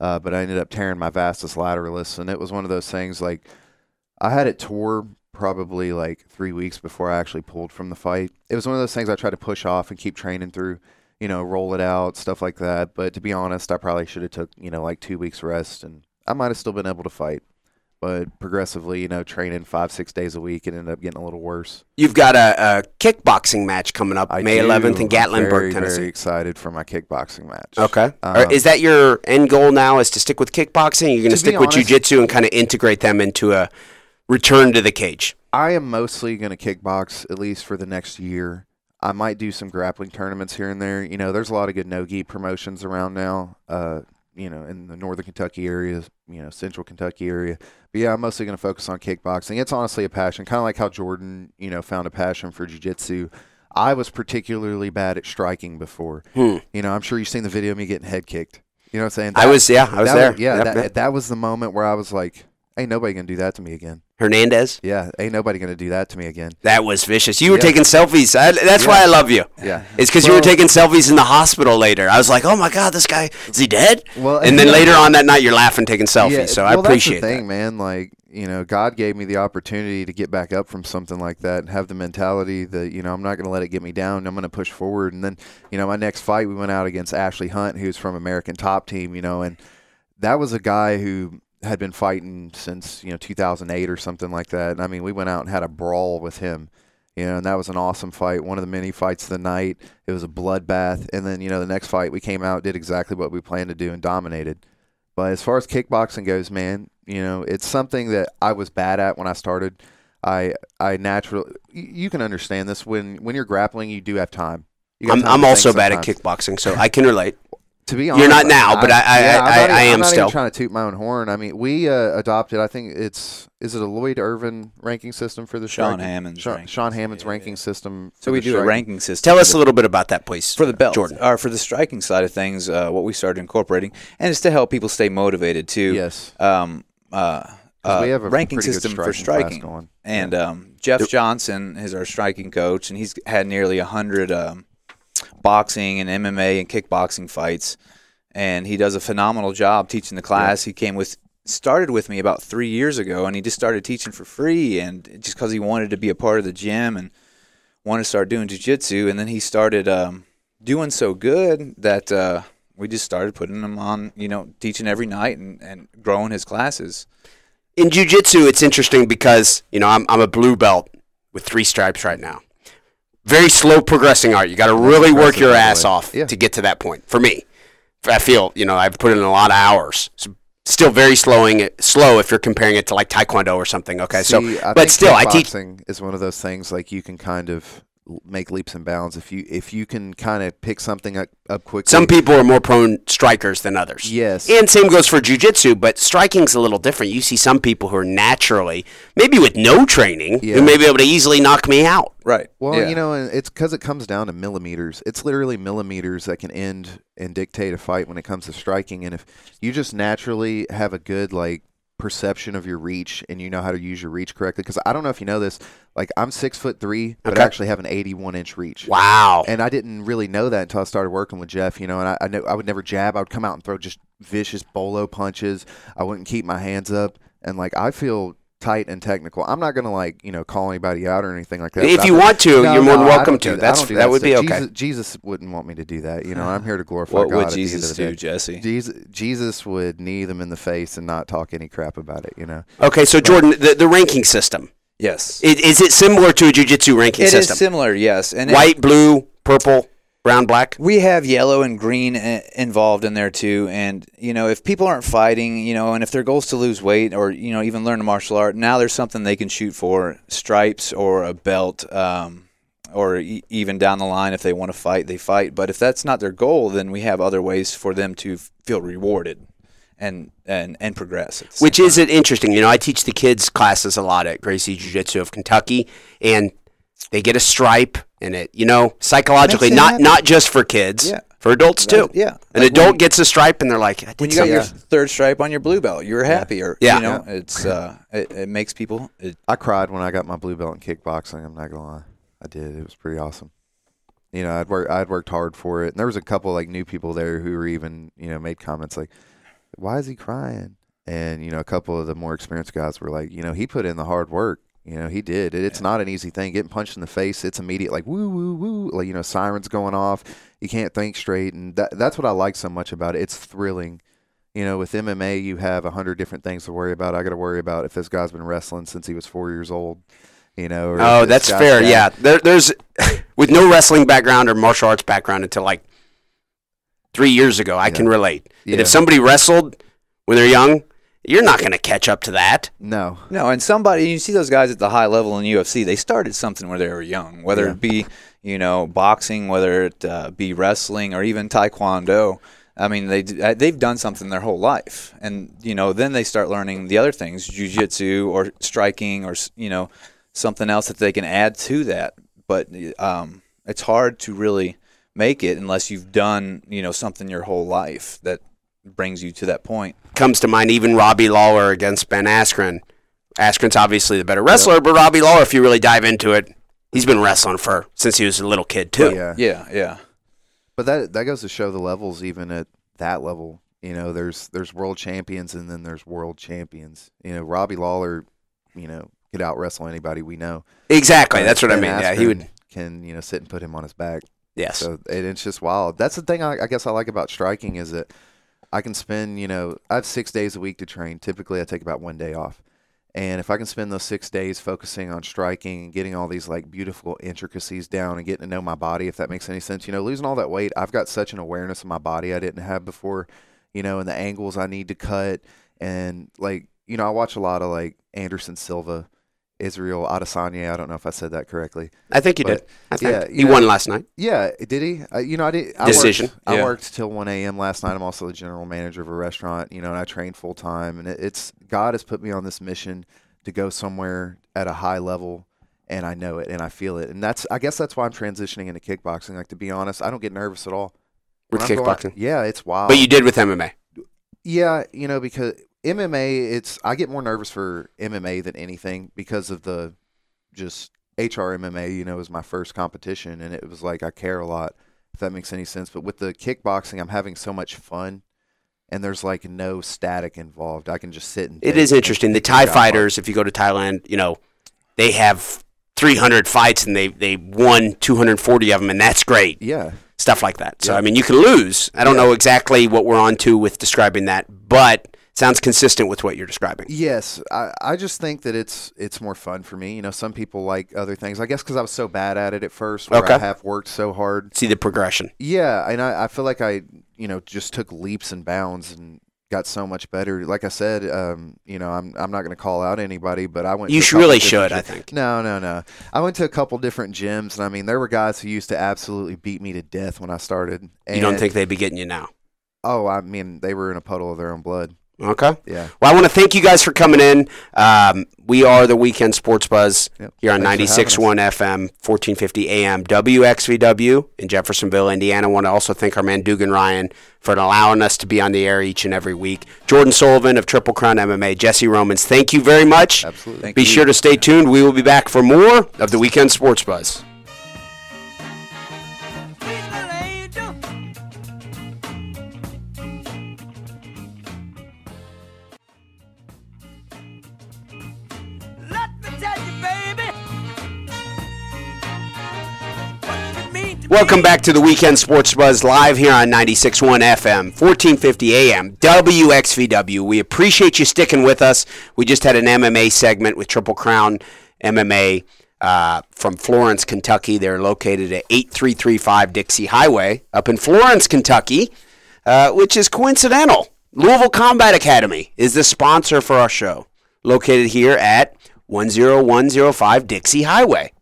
Speaker 8: Uh, but I ended up tearing my vastus lateralis. And it was one of those things like I had it tore probably like three weeks before I actually pulled from the fight. It was one of those things I tried to push off and keep training through you know, roll it out, stuff like that. But to be honest, I probably should have took, you know, like two weeks rest and I might have still been able to fight. But progressively, you know, training five, six days a week, it ended up getting a little worse.
Speaker 1: You've got a, a kickboxing match coming up
Speaker 8: I
Speaker 1: May
Speaker 8: do-
Speaker 1: 11th in
Speaker 8: I'm
Speaker 1: Gatlinburg,
Speaker 8: very,
Speaker 1: Tennessee.
Speaker 8: Very excited for my kickboxing match.
Speaker 1: Okay.
Speaker 8: Um,
Speaker 1: Or is that your end goal now? Is to stick with kickboxing? You're going to
Speaker 8: To
Speaker 1: stick
Speaker 8: be
Speaker 1: with
Speaker 8: honest-
Speaker 1: jujitsu and kind of integrate them into a return to the cage.
Speaker 8: I am mostly going to kickbox at least for the next year. I might do some grappling tournaments here and there. You know, there's a lot of good no-gi promotions around now. Uh, you know, in the northern Kentucky area, you know, central Kentucky area. But yeah, I'm mostly going to focus on kickboxing. It's honestly a passion, kind of like how Jordan, you know, found a passion for jiu-jitsu. I was particularly bad at striking before. You know, I'm sure you've seen the video of me getting head kicked. You know what I'm saying?
Speaker 1: Hmm. I
Speaker 8: That-
Speaker 1: was, yeah, I was
Speaker 8: that
Speaker 1: there.
Speaker 8: yeah,
Speaker 1: Yep,
Speaker 8: that,
Speaker 1: yep.
Speaker 8: that was the moment where I was like, ain't nobody going to do that to me again.
Speaker 1: Hernandez.
Speaker 8: Yeah, ain't nobody going to do that to me again.
Speaker 1: That was vicious. You were
Speaker 8: Yeah.
Speaker 1: taking selfies. I, that's why I love you.
Speaker 8: Yeah.
Speaker 1: It's because you were
Speaker 8: Well-
Speaker 1: taking selfies in the hospital later. I was like, oh my God, this guy, is he dead?
Speaker 8: Well,
Speaker 1: and then
Speaker 8: yeah.
Speaker 1: later on that night, you're laughing, taking selfies.
Speaker 8: Yeah,
Speaker 1: so I
Speaker 8: well,
Speaker 1: appreciate
Speaker 8: that's the thing, man. Like you know, God gave me the opportunity to get back up from something like that and have the mentality that you know I'm not going to let it get me down. I'm going to push forward. And then you know, my next fight we went out against Ashley Hunt, who's from American Top Team. You know, and that was a guy who had been fighting since you know 2008 or something like that. And I mean, we went out and had a brawl with him. You know, and that was an awesome fight. One of the many fights of the night. It was a bloodbath. And then, you know, the next fight we came out, did exactly what we planned to do and dominated. But as far as kickboxing goes, man, you know, it's something that I was bad at when I started. I I naturally you can understand this when when you're grappling, you do have time. You
Speaker 1: that.
Speaker 8: got
Speaker 1: I'm,
Speaker 8: time
Speaker 1: I'm
Speaker 8: to think
Speaker 1: also bad at
Speaker 8: sometimes.
Speaker 1: kickboxing, so I can relate.
Speaker 8: To be honest,
Speaker 1: You're not now, but I- I-
Speaker 8: yeah, I'm
Speaker 1: I-
Speaker 8: not even-
Speaker 1: I am
Speaker 8: I'm not
Speaker 1: still.
Speaker 8: even trying to toot my own horn. I mean, we uh, adopted. I think it's is it a Lloyd Irvin ranking system for the
Speaker 7: Sean
Speaker 8: striking-
Speaker 7: Hammond's
Speaker 8: Sean,
Speaker 7: ranking
Speaker 8: Sean
Speaker 7: system,
Speaker 8: Hammond's
Speaker 7: yeah,
Speaker 8: ranking
Speaker 7: yeah.
Speaker 8: system.
Speaker 7: So
Speaker 8: for
Speaker 7: we
Speaker 8: the
Speaker 7: do a
Speaker 8: striking.
Speaker 7: ranking system.
Speaker 1: Tell
Speaker 7: for
Speaker 1: us
Speaker 7: the-
Speaker 1: a little bit about that, please.
Speaker 7: for the belt
Speaker 1: Jordan.
Speaker 7: or for the striking side of things uh, what we started incorporating and it's to help people stay motivated too
Speaker 8: Yes.
Speaker 7: um uh,
Speaker 8: 'Cause
Speaker 7: uh,
Speaker 8: we have a
Speaker 7: ranking
Speaker 8: pretty good
Speaker 7: system for
Speaker 8: striking class
Speaker 7: striking
Speaker 8: going.
Speaker 7: and um, jeff johnson is our striking coach and he's had nearly 100 um, boxing and mma and kickboxing fights and he does a phenomenal job teaching the class he came with started with me about three years ago and he just started teaching for free and just because he wanted to be a part of the gym and wanted to start doing jujitsu, and then he started um, doing so good that uh, we just started putting him on, you know, teaching every night and, and growing his classes.
Speaker 1: in jujitsu, it's interesting because you know I'm I'm a blue belt with three stripes right now. Very slow progressing art. You got to really work
Speaker 8: impressive,
Speaker 1: your
Speaker 8: by the
Speaker 1: ass
Speaker 8: way.
Speaker 1: off
Speaker 8: Yeah.
Speaker 1: to get to that point. For me, I feel you know I've put in a lot of hours. So still very slowing slow if you're comparing it to like taekwondo or something. Okay, so
Speaker 8: See, I
Speaker 1: but
Speaker 8: think
Speaker 1: still I teach.
Speaker 8: kickboxing is one of those things like you can kind of l- make leaps and bounds if you if you can kind of pick something up, up quickly.
Speaker 1: Some people are more prone strikers than others.
Speaker 8: Yes.
Speaker 1: And same goes for jujitsu, but striking's a little different. You see some people who are naturally, maybe with no training,
Speaker 8: Yeah.
Speaker 1: who may be able to easily knock me out.
Speaker 7: Right.
Speaker 8: Well, you know, and it's because it comes down to millimeters. It's literally millimeters that can end and dictate a fight when it comes to striking. And if you just naturally have a good like perception of your reach and you know how to use your reach correctly, because I don't know if you know this, like I'm six foot three, but
Speaker 1: Okay.
Speaker 8: I actually have an 81 inch reach.
Speaker 1: Wow.
Speaker 8: And I didn't really know that until I started working with Jeff, you know. And I, I, knew, I would never jab. I would come out and throw just vicious bolo punches. I wouldn't keep my hands up, and like I feel tight and technical. I'm not going to like you know call anybody out or anything like that.
Speaker 1: If
Speaker 8: but
Speaker 1: you
Speaker 8: I-
Speaker 1: want to,
Speaker 8: No, no,
Speaker 1: you're more than
Speaker 8: I don't
Speaker 1: welcome
Speaker 8: do
Speaker 1: to.
Speaker 8: I
Speaker 1: That's
Speaker 8: don't do
Speaker 1: that would
Speaker 8: stuff.
Speaker 1: be okay.
Speaker 8: Jesus, Jesus wouldn't want me to do that. You know, I'm here to glorify
Speaker 7: What
Speaker 8: God.
Speaker 7: would
Speaker 8: at the end
Speaker 7: Jesus
Speaker 8: of the
Speaker 7: do,
Speaker 8: day.
Speaker 7: Jesse?
Speaker 8: Jesus, Jesus would knee them in the face and not talk any crap about it. You know,
Speaker 1: Okay, so Jordan, the, the ranking system
Speaker 7: Yes.
Speaker 1: is, is it similar to a jiu-jitsu ranking
Speaker 7: It is
Speaker 1: system?
Speaker 7: similar, yes. And it-
Speaker 1: White, blue, purple, brown, black.
Speaker 7: we have yellow and green i- involved in there too and you know if people aren't fighting you know and if their goal is to lose weight or you know even learn a martial art now there's something they can shoot for stripes or a belt um, or e- even down the line if they want to fight they fight but if that's not their goal then we have other ways for them to f- feel rewarded and and and progress at the
Speaker 1: Which is it interesting? You know, I teach the kids classes a lot at Gracie Jiu Jitsu of Kentucky, and they get a stripe and it. You know, psychologically,
Speaker 7: Makes it
Speaker 1: not
Speaker 7: happen.
Speaker 1: not just for kids,
Speaker 7: Yeah.
Speaker 1: for adults too.
Speaker 7: That's- yeah.
Speaker 1: an
Speaker 7: Like when
Speaker 1: adult
Speaker 7: you-
Speaker 1: gets a stripe and they're like, I did
Speaker 7: when you got your
Speaker 1: something.
Speaker 7: third stripe on your blue belt you're happier
Speaker 1: uh, Yeah.
Speaker 7: you know it's uh it, it makes people it,
Speaker 8: I cried when I got my blue belt in kickboxing. I'm not gonna lie, I did. It was pretty awesome. You know, I'd worked I'd worked hard for it, and there was a couple like new people there who were even you know made comments like, "Why is he crying?" And you know, a couple of the more experienced guys were like, "You know, he put in the hard work. You know, he did. It, it's not an easy thing. Getting punched in the face, it's immediate like woo woo woo, like you know, sirens going off. You can't think straight, and that, that's what I like so much about it. It's thrilling." you know, with MMA, you have a hundred different things to worry about. I got to worry about if this guy's been wrestling since he was four years old, you know. Or
Speaker 1: Oh,
Speaker 8: if
Speaker 1: that's
Speaker 8: this guy's
Speaker 1: fair.
Speaker 8: got-
Speaker 1: Yeah, there, there's with no wrestling background or martial arts background until like three years ago. I can relate. And
Speaker 8: Yeah.
Speaker 1: if somebody wrestled when they're young, you're not going to catch up to that.
Speaker 8: No,
Speaker 7: No, and somebody you see those guys at the high level in UFC, they started something where they were young, whether it be you know boxing, whether it uh, be wrestling, or even taekwondo. I mean, they d- uh, they've done something their whole life, and you know then they start learning the other things, jujitsu or striking, or s- you know something else that they can add to that. But um, it's hard to really make it unless you've done you know something your whole life that brings you to that point.
Speaker 1: comes to mind even Robbie Lawler against Ben Askren. Askren's obviously the better wrestler, but Robbie Lawler, if you really dive into it, he's been wrestling for since he was a little kid too.
Speaker 8: yeah.
Speaker 7: Yeah, yeah.
Speaker 8: But that that goes to show the levels, even at that level. You know, there's there's world champions and then there's world champions. You know, Robbie Lawler, you know, could out wrestle anybody we know.
Speaker 1: Exactly, that's what I
Speaker 8: Ben
Speaker 1: mean. Yeah, he
Speaker 8: Askren
Speaker 1: would.
Speaker 8: can you know sit and put him on his back.
Speaker 1: Yes,
Speaker 8: So it, it's just wild. That's the thing I, I guess I like about striking is that I can spend, you know, I have six days a week to train. Typically, I take about one day off. And if I can spend those six days focusing on striking and getting all these like beautiful intricacies down and getting to know my body, if that makes any sense, you know, losing all that weight, I've got such an awareness of my body I didn't have before, you know, and the angles I need to cut. And like, you know, I watch a lot of like Anderson Silva, Israel Adesanya. I don't know if I said that correctly.
Speaker 1: I think he
Speaker 8: but-
Speaker 1: did. I think
Speaker 8: yeah, you
Speaker 1: he
Speaker 8: know-
Speaker 1: won last night.
Speaker 8: Yeah, did he? Uh, you know, I did. I
Speaker 1: Decision.
Speaker 8: Worked, I
Speaker 7: Yeah.
Speaker 8: worked till 1 a.m. last night. I'm also the general manager of a restaurant. You know, and I train full time. And it, it's God has put me on this mission to go somewhere at a high level, and I know it and I feel it. And that's, I guess, that's why I'm transitioning into kickboxing. Like to be honest, I don't get nervous at all
Speaker 1: With
Speaker 8: When I'm going-
Speaker 1: kickboxing.
Speaker 8: yeah, it's wild.
Speaker 1: But you did with MMA.
Speaker 8: Yeah, you know, because MMA, it's I get more nervous for MMA than anything because of the just HR MMA, you know, was my first competition and it was like I care a lot, if that makes any sense. But with the kickboxing, I'm having so much fun and there's like no static involved. I can just sit and
Speaker 1: It
Speaker 8: think
Speaker 1: is
Speaker 8: and
Speaker 1: interesting. The
Speaker 8: think about
Speaker 1: Thai
Speaker 8: it.
Speaker 1: fighters, if you go to Thailand, you know, they have 300 fights and they they won 240 of them, and that's great.
Speaker 8: Yeah.
Speaker 1: stuff like that. So
Speaker 8: Yeah.
Speaker 1: I mean, you can lose. I don't know exactly what we're on to with describing that, but it sounds consistent with what you're describing.
Speaker 8: Yes, I, I just think that it's it's more fun for me. You know, some people like other things. I guess because I was so bad at it at first, where
Speaker 1: Okay.
Speaker 8: I have worked so hard
Speaker 1: See the progression.
Speaker 8: Yeah, and I, I feel like I, you know, just took leaps and bounds and got so much better. Like I said, um, you know, I'm I'm not going to call out anybody, but I went.
Speaker 1: You
Speaker 8: to a
Speaker 1: sh-
Speaker 8: couple
Speaker 1: really
Speaker 8: different
Speaker 1: should, I
Speaker 8: gy-
Speaker 1: think.
Speaker 8: No, no, no. I went to a couple different gyms, and I mean, there were guys who used to absolutely beat me to death when I started. And,
Speaker 1: you don't think they'd be getting you now?
Speaker 8: Oh, I mean, they were in a puddle of their own blood.
Speaker 1: Okay.
Speaker 8: Yeah.
Speaker 1: Well, I want to thank you guys for coming in. Um, we are the Weekend Sports Buzz
Speaker 8: Yep.
Speaker 1: here on
Speaker 8: Thanks for having us.
Speaker 1: 96.1 FM, 1450 AM, WXVW in Jeffersonville, Indiana. want to also thank our man Dugan Ryan for allowing us to be on the air each and every week. Jordan Sullivan of Triple Crown MMA, Jesse Romans, thank you very much.
Speaker 8: Absolutely.
Speaker 7: Thank
Speaker 1: Be
Speaker 7: you.
Speaker 1: sure to stay tuned. We will be back for more of the Weekend Sports Buzz.
Speaker 6: Sweet little angel.
Speaker 1: Welcome back to the Weekend Sports Buzz live here on 96.1 FM, 1450 AM, WXVW. We appreciate you sticking with us. We just had an MMA segment with Triple Crown MMA uh, from Florence, Kentucky. They're located at 8335 Dixie Highway up in Florence, Kentucky, uh, which is coincidental. Louisville Combat Academy is the sponsor for our show, located here at 10105 Dixie Highway.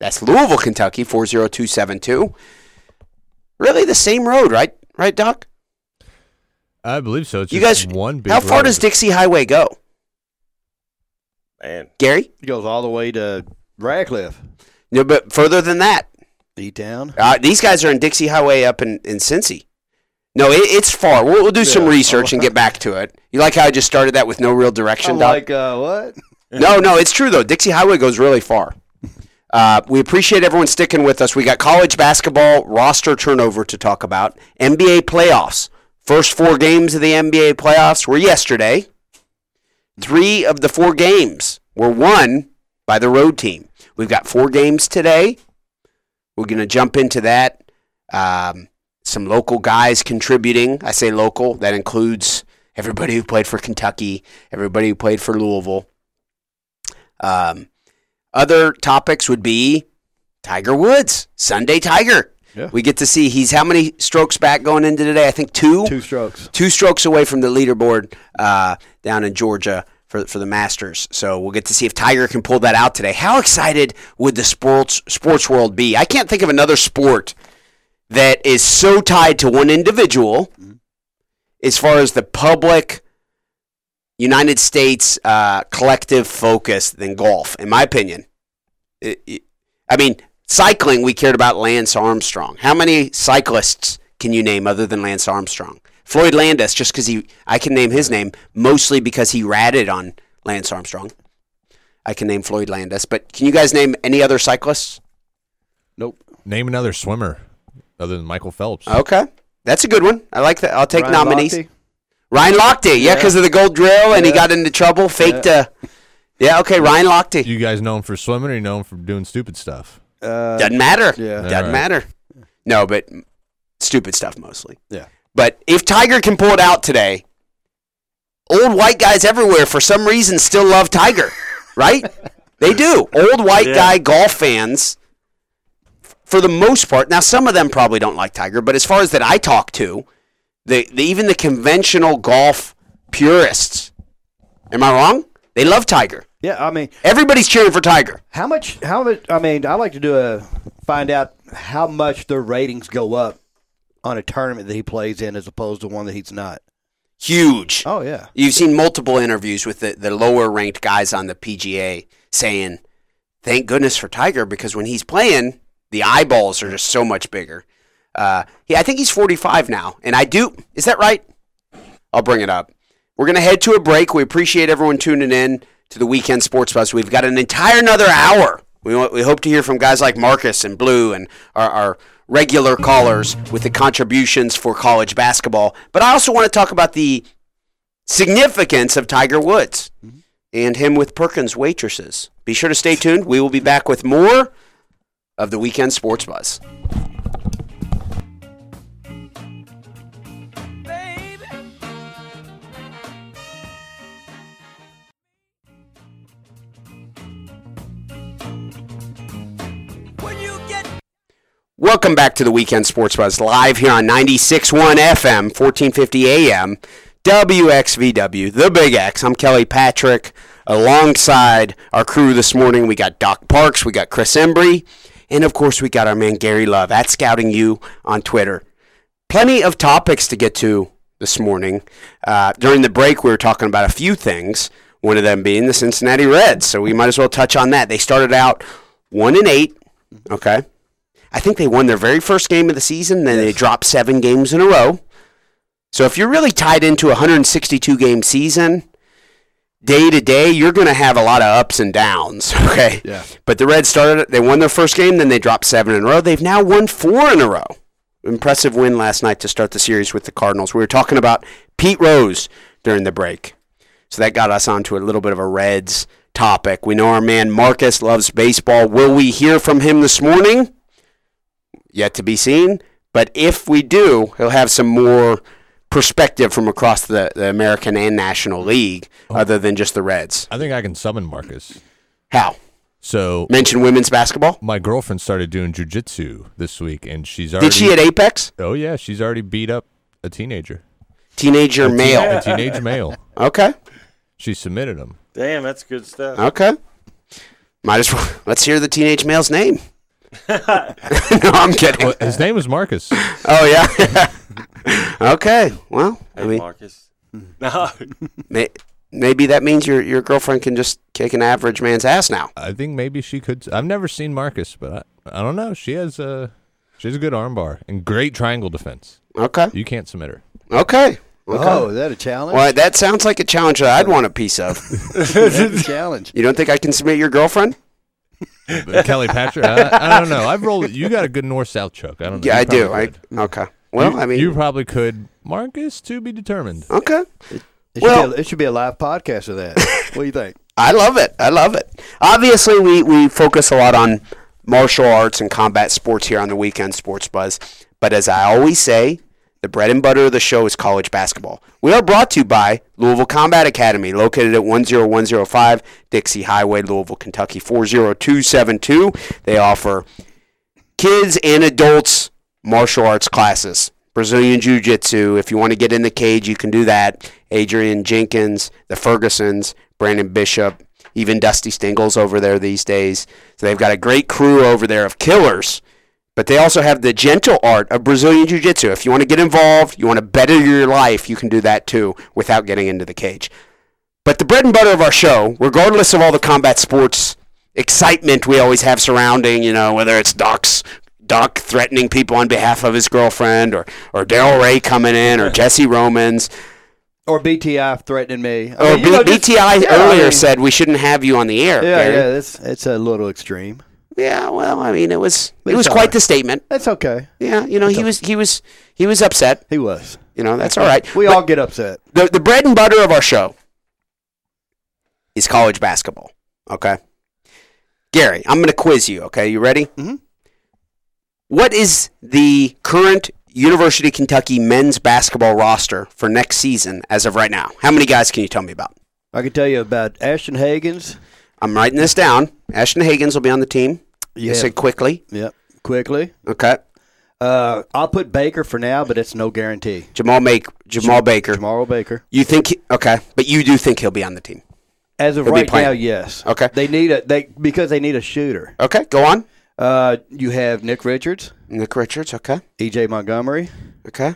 Speaker 1: That's Louisville, Kentucky, 40272. Really the same road, right? Right, Doc?
Speaker 5: I believe so. It's
Speaker 1: You
Speaker 5: just
Speaker 1: guys,
Speaker 5: one big
Speaker 1: how far
Speaker 5: road.
Speaker 1: does Dixie Highway go?
Speaker 3: Man,
Speaker 1: Gary?
Speaker 2: It goes all the way to Radcliffe,
Speaker 1: No, but further than that.
Speaker 2: E Town.
Speaker 1: Uh, these guys are in Dixie Highway up in, in Cincy. No, it, it's far. We'll, we'll do some
Speaker 2: Yeah.
Speaker 1: research and get back to it. You like how I just started that with no real direction,
Speaker 2: I'm
Speaker 1: Doc?
Speaker 2: like, uh, what?
Speaker 1: No, no, it's true though. Dixie Highway goes really far. Uh, we appreciate everyone sticking with us. We got college basketball roster turnover to talk about. NBA playoffs. First four games of the NBA playoffs were yesterday. Three of the four games were won by the road team. We've got four games today. We're going to jump into that. Um, some local guys contributing. I say local, that includes everybody who played for Kentucky, everybody who played for Louisville. Um, other topics would be Tiger Woods, Sunday Tiger.
Speaker 2: Yeah.
Speaker 1: We get to see he's how many strokes back going into today? I think two,
Speaker 2: Two strokes.
Speaker 1: two strokes away from the leaderboard uh, down in Georgia for, for the Masters. So we'll get to see if Tiger can pull that out today. How excited would the sports sports world be? I can't think of another sport that is so tied to one individual as far as the public United States uh, collective focus than golf, in my opinion. It- it- I mean, cycling, we cared about Lance Armstrong. How many cyclists can you name other than Lance Armstrong? Floyd Landis, just because he, I can name his name mostly because he ratted on Lance Armstrong. I can name Floyd Landis, but can you guys name any other cyclists?
Speaker 2: Nope.
Speaker 5: Name another swimmer other than Michael Phelps.
Speaker 1: Okay, that's a good one. I like that. I'll take
Speaker 2: Ryan
Speaker 1: nominees.
Speaker 2: Lochte?
Speaker 1: Ryan Lochte, yeah, because of the gold drill, and he got into trouble, faked. Yeah, yeah okay, Ryan Lochte.
Speaker 5: You guys know him for swimming or you know him for doing stupid stuff?
Speaker 2: Uh,
Speaker 1: Doesn't matter.
Speaker 2: yeah.
Speaker 1: Doesn't
Speaker 5: Alright.
Speaker 1: matter. No, but stupid stuff mostly.
Speaker 2: Yeah.
Speaker 1: But if Tiger can pull it out today, old white guys everywhere for some reason still love Tiger, right? they do. Old white
Speaker 3: Yeah.
Speaker 1: guy golf fans, for the most part. Now, some of them probably don't like Tiger, but as far as that I talk to, the, the even the conventional golf purists, am I wrong? They love Tiger.
Speaker 2: Yeah, I mean,
Speaker 1: Everybody's cheering for Tiger.
Speaker 2: How much? How much? I mean, I like to do a find out how much their ratings go up on a tournament that he plays in as opposed to one that he's not.
Speaker 1: Huge.
Speaker 2: Oh yeah,
Speaker 1: You've seen multiple interviews with the, the lower ranked guys on the PGA saying, thank goodness for Tiger because when he's playing, the eyeballs are just so much bigger. Uh, yeah, I think he's 45 now. And I do, is that right? I'll bring it up. We're going to head to a break. We appreciate everyone tuning in to the Weekend Sports Bus. We've got an entire another hour. We, want, we hope to hear from guys like Marcus and Blue and our, our regular callers with the contributions for college basketball. But I also want to talk about the significance of Tiger Woods and him with Perkins waitresses. Be sure to stay tuned. We will be back with more of the Weekend Sports Buzz.
Speaker 6: baby. When you get
Speaker 1: Welcome back to the Weekend Sports Buzz live here on 96.1 FM, 1450 AM, WXVW, The Big X. I'm Kelly Patrick. Alongside our crew this morning, we got Doc Parks, we got Chris Embry, and of course, we got our man Gary Love at Scouting You on Twitter. Plenty of topics to get to this morning. Uh, during the break, we were talking about a few things, one of them being the Cincinnati Reds, so we might as well touch on that. They started out 1 and 8, okay? I think they won their very first game of the season, then they dropped seven games in a row. So if you're really tied into a 162 game season, day to day, you're going to have a lot of ups and downs. Okay.
Speaker 2: Yeah.
Speaker 1: But the Reds started, they won their first game, then they dropped seven in a row. They've now won four in a row. Impressive win last night to start the series with the Cardinals. We were talking about Pete Rose during the break. So that got us onto a little bit of a Reds topic. We know our man Marcus loves baseball. Will we hear from him this morning? Yet to be seen. But if we do, he'll have some more perspective from across the, the American and National League other than just the Reds.
Speaker 5: Oh. I think I can summon Marcus.
Speaker 1: How?
Speaker 5: So
Speaker 1: Mention women's basketball?
Speaker 5: my girlfriend started doing jujitsu this week, and she's already.
Speaker 1: Did she at Apex?
Speaker 5: oh yeah, she's already beat up a teenager,
Speaker 1: Teenager male.
Speaker 5: a teenage male.
Speaker 1: Okay.
Speaker 5: She submitted him.
Speaker 3: Damn, that's good stuff.
Speaker 1: Okay. Might as well. Let's hear the teenage male's name. no, I'm kidding.
Speaker 5: Well, his name was Marcus.
Speaker 1: Oh, yeah. okay. Well, I
Speaker 3: Hey,
Speaker 1: mean,
Speaker 3: Marcus. No,
Speaker 1: may, maybe that means your, your girlfriend can just kick an average man's ass now.
Speaker 5: I think maybe she could. I've never seen Marcus, but I, I don't know. She has a she has a good armbar and great triangle defense.
Speaker 1: Okay.
Speaker 5: You can't submit her.
Speaker 1: Okay.
Speaker 2: Oh, is that a challenge?
Speaker 1: Well, that sounds like a challenge that I'd want a piece of.
Speaker 2: That's a challenge.
Speaker 1: You don't think I can submit your girlfriend?
Speaker 5: But Kelly Patrick, I, I don't know. I've rolled. You got a good north south choke. I don't. know.
Speaker 1: Yeah,
Speaker 5: You
Speaker 1: I do.
Speaker 5: probably
Speaker 1: I
Speaker 5: could.
Speaker 1: okay. Well,
Speaker 5: You-
Speaker 1: I mean,
Speaker 5: you probably could. Marcus to be determined.
Speaker 1: okay.
Speaker 2: It should,
Speaker 1: Well-
Speaker 2: be a, it should be a live podcast of that. what do you think?
Speaker 1: I love it. I love it. Obviously, we, we focus a lot on martial arts and combat sports here on the weekend sports buzz. But as I always say, the bread and butter of the show is college basketball. We are brought to you by Louisville Combat Academy, located at 10105 Dixie Highway, Louisville, Kentucky 40272. They offer kids and adults martial arts classes. Brazilian Jiu Jitsu. If you want to get in the cage, you can do that. Adrian Jenkins, the Fergusons, Brandon Bishop, even Dusty Stingles over there these days. So they've got a great crew over there of killers. But they also have the gentle art of Brazilian Jiu Jitsu. If you want to get involved, you want to better your life, you can do that too without getting into the cage. But the bread and butter of our show, regardless of all the combat sports excitement we always have surrounding, you know, whether it's Doc's Doc threatening people on behalf of his girlfriend, or or Daryl Ray coming in, or Jesse Romans,
Speaker 2: Or BTI threatening me. I
Speaker 1: or
Speaker 2: mean, you know,
Speaker 1: B-
Speaker 2: just-
Speaker 1: BTI
Speaker 2: yeah, I
Speaker 1: earlier
Speaker 2: mean,
Speaker 1: said we shouldn't have you on the air.
Speaker 2: Yeah,
Speaker 1: Gary.
Speaker 2: yeah, it's it's a little extreme.
Speaker 1: Yeah, Well, I mean, it was it
Speaker 2: It's
Speaker 1: was
Speaker 2: all
Speaker 1: quite
Speaker 2: right.
Speaker 1: the statement.
Speaker 2: That's okay.
Speaker 1: Yeah, you know, he was he was he was upset.
Speaker 2: He was.
Speaker 1: You know, that's all right.
Speaker 2: We
Speaker 1: But
Speaker 2: all get upset.
Speaker 1: the the bread and butter of our show is college basketball. Okay, Gary, I'm going to quiz you. Okay, you ready?
Speaker 2: Mhm.
Speaker 1: What is the current University of Kentucky men's basketball roster for next season as of right now? How many guys can you tell me about?
Speaker 2: I can tell you about Ashton Hagens.
Speaker 1: I'm writing this down. Ashton Higgins will be on the team. You
Speaker 2: Yeah.
Speaker 1: said quickly.
Speaker 2: Yep. Quickly.
Speaker 1: Okay.
Speaker 2: Uh, I'll put Baker for now, but it's no guarantee.
Speaker 1: Jamal Make Jamal Baker.
Speaker 2: Tomorrow Baker.
Speaker 1: You think he- okay, but you do think he'll be on the team.
Speaker 2: As of
Speaker 1: He'll be
Speaker 2: right
Speaker 1: playing.
Speaker 2: now, yes.
Speaker 1: Okay.
Speaker 2: They need a they because they need a shooter.
Speaker 1: Okay, go on.
Speaker 2: Uh, you have Nick Richards,
Speaker 1: Nick Richards, okay.
Speaker 2: EJ Montgomery.
Speaker 1: Okay.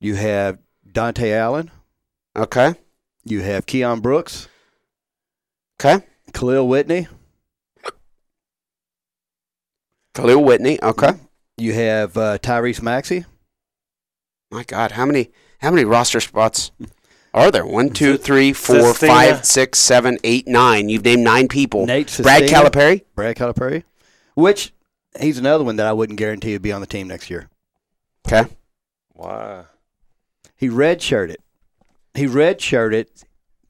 Speaker 2: You have Dante Allen.
Speaker 1: Okay.
Speaker 2: You have Keon Brooks,
Speaker 1: Okay.
Speaker 2: Khalil Whitney.
Speaker 1: Khalil Whitney, okay.
Speaker 2: Mm-hmm. You have uh, Tyrese Maxey.
Speaker 1: My God, how many how many roster spots are there? One, two,
Speaker 3: Sis-
Speaker 1: three, four,
Speaker 3: Sistina.
Speaker 1: five, six, seven, eight, nine. You've named nine people.
Speaker 2: Nate
Speaker 1: Brad
Speaker 2: Sistina.
Speaker 1: Calipari.
Speaker 2: Brad Calipari, which he's another one that I wouldn't guarantee would be on the team next year.
Speaker 1: Okay.
Speaker 3: wow.
Speaker 2: He redshirted. He redshirted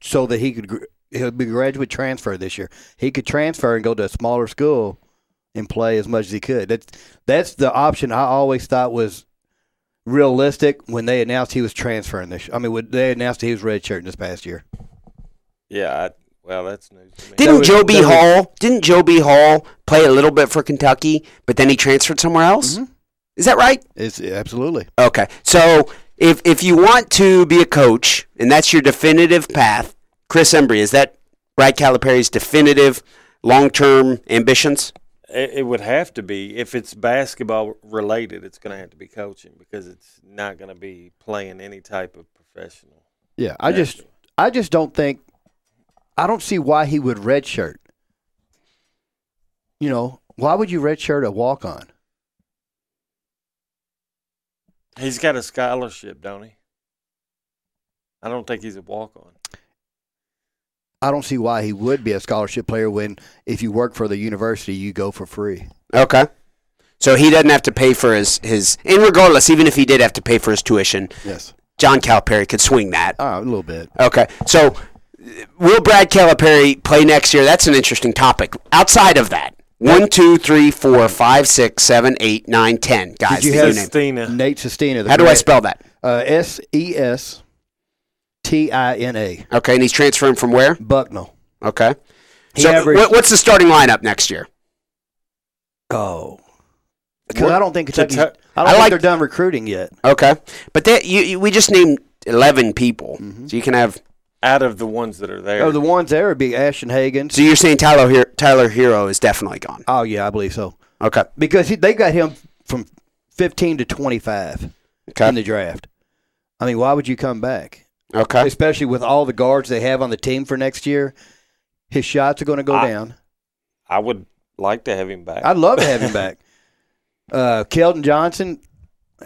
Speaker 2: so that he could gr- he'll be graduate transfer this year. He could transfer and go to a smaller school and play as much as he could. That's that's the option I always thought was realistic when they announced he was transferring this. I mean, when they announced he was redshirting this past year.
Speaker 3: Yeah. I, well, that's news to me.
Speaker 1: Didn't
Speaker 2: was-
Speaker 1: Joe B.
Speaker 2: that was-
Speaker 1: Hall didn't Joe B. Hall play a little bit for Kentucky, but then he transferred somewhere else? Is that right?
Speaker 2: Mm-hmm. It's absolutely
Speaker 1: Okay. So if if you want to be a coach and that's your definitive path, Chris Embry, is that Brad Calipari's definitive long term ambitions?
Speaker 3: It, it would have to be if it's basketball related. It's going to have to be coaching because it's not going to be playing any type of professional.
Speaker 2: yeah. I just I just don't think I don't see why he would redshirt. You know, why would you redshirt a walk on?
Speaker 3: He's got a scholarship, don't he? I don't think he's a walk on.
Speaker 2: I don't see why he would be a scholarship player when if you work for the university, you go for free.
Speaker 1: Okay. So he doesn't have to pay for his, his and regardless, even if he did have to pay for his tuition,
Speaker 2: Yes.
Speaker 1: John Calipari could swing that.
Speaker 2: Ah, a little bit.
Speaker 1: Okay. So uh, will Brad Calipari play next year? That's an interesting topic. Outside of that, One, two, three, four, five, six, seven, eight, nine, ten. Guys,
Speaker 2: you
Speaker 1: the
Speaker 2: have-
Speaker 1: name.
Speaker 3: Christina.
Speaker 2: Nate Sestina. the
Speaker 1: How do I
Speaker 2: great-
Speaker 1: spell that?
Speaker 2: Uh, S E S T I N A.
Speaker 1: Okay, and he's transferring from where?
Speaker 2: Bucknell.
Speaker 1: Okay.
Speaker 2: He
Speaker 1: so
Speaker 2: averaged-
Speaker 1: what- what's the starting lineup next year?
Speaker 2: Oh. Because I don't think Kentucky's, I
Speaker 3: Kentuck-
Speaker 2: don't think
Speaker 1: like-
Speaker 2: they're done recruiting yet.
Speaker 1: Okay, but that you, you we just named eleven people, so you can have.
Speaker 3: Out of the ones that are there.
Speaker 2: Mm-hmm. Oh, the ones there would be Ashton Hagens.
Speaker 1: So you're saying Tyler Hero, Tyler Hero is definitely gone.
Speaker 2: Oh yeah, I believe so.
Speaker 1: Okay,
Speaker 2: Because he, they got him from 15 to 25 in the
Speaker 1: okay,
Speaker 2: draft. I mean, why would you come back?
Speaker 1: okay.
Speaker 2: Especially with all the guards they have on the team for next year. His shots are going to go
Speaker 3: I-
Speaker 2: down.
Speaker 3: I would like to have him back.
Speaker 2: I'd love to have him back. Uh, Keldon Johnson,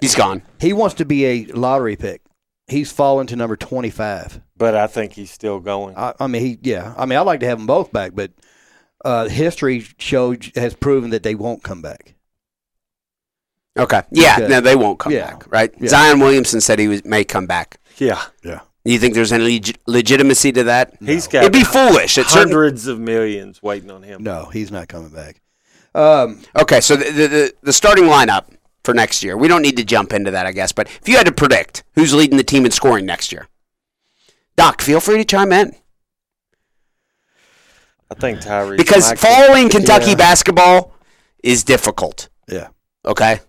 Speaker 1: He's gone.
Speaker 2: he wants to be a lottery pick. He's fallen to number 25.
Speaker 3: but I think he's still going.
Speaker 2: I, I mean, he, yeah. I mean, I'd like to have them both back, but uh, history showed has proven that they won't come back.
Speaker 1: Okay, yeah.
Speaker 2: Okay.
Speaker 1: No, they won't come
Speaker 2: Yeah.
Speaker 1: back, right?
Speaker 2: Yeah.
Speaker 1: Zion Williamson said he was, may come back.
Speaker 3: yeah.
Speaker 1: Do you think there's any leg- legitimacy to that?
Speaker 3: He's got
Speaker 1: It'd be foolish. It's certain.
Speaker 3: hundreds of millions waiting on him.
Speaker 2: No, he's not coming back. Um,
Speaker 1: Okay, so the, the the- the starting lineup for next year. We don't need to jump into that, I guess. But if you had to predict who's leading the team in scoring next year, Doc, feel free to chime in.
Speaker 3: I think Tyrese
Speaker 1: because
Speaker 3: Maxey-
Speaker 1: following Kentucky
Speaker 2: Yeah.
Speaker 1: basketball is difficult.
Speaker 2: yeah.
Speaker 1: Okay,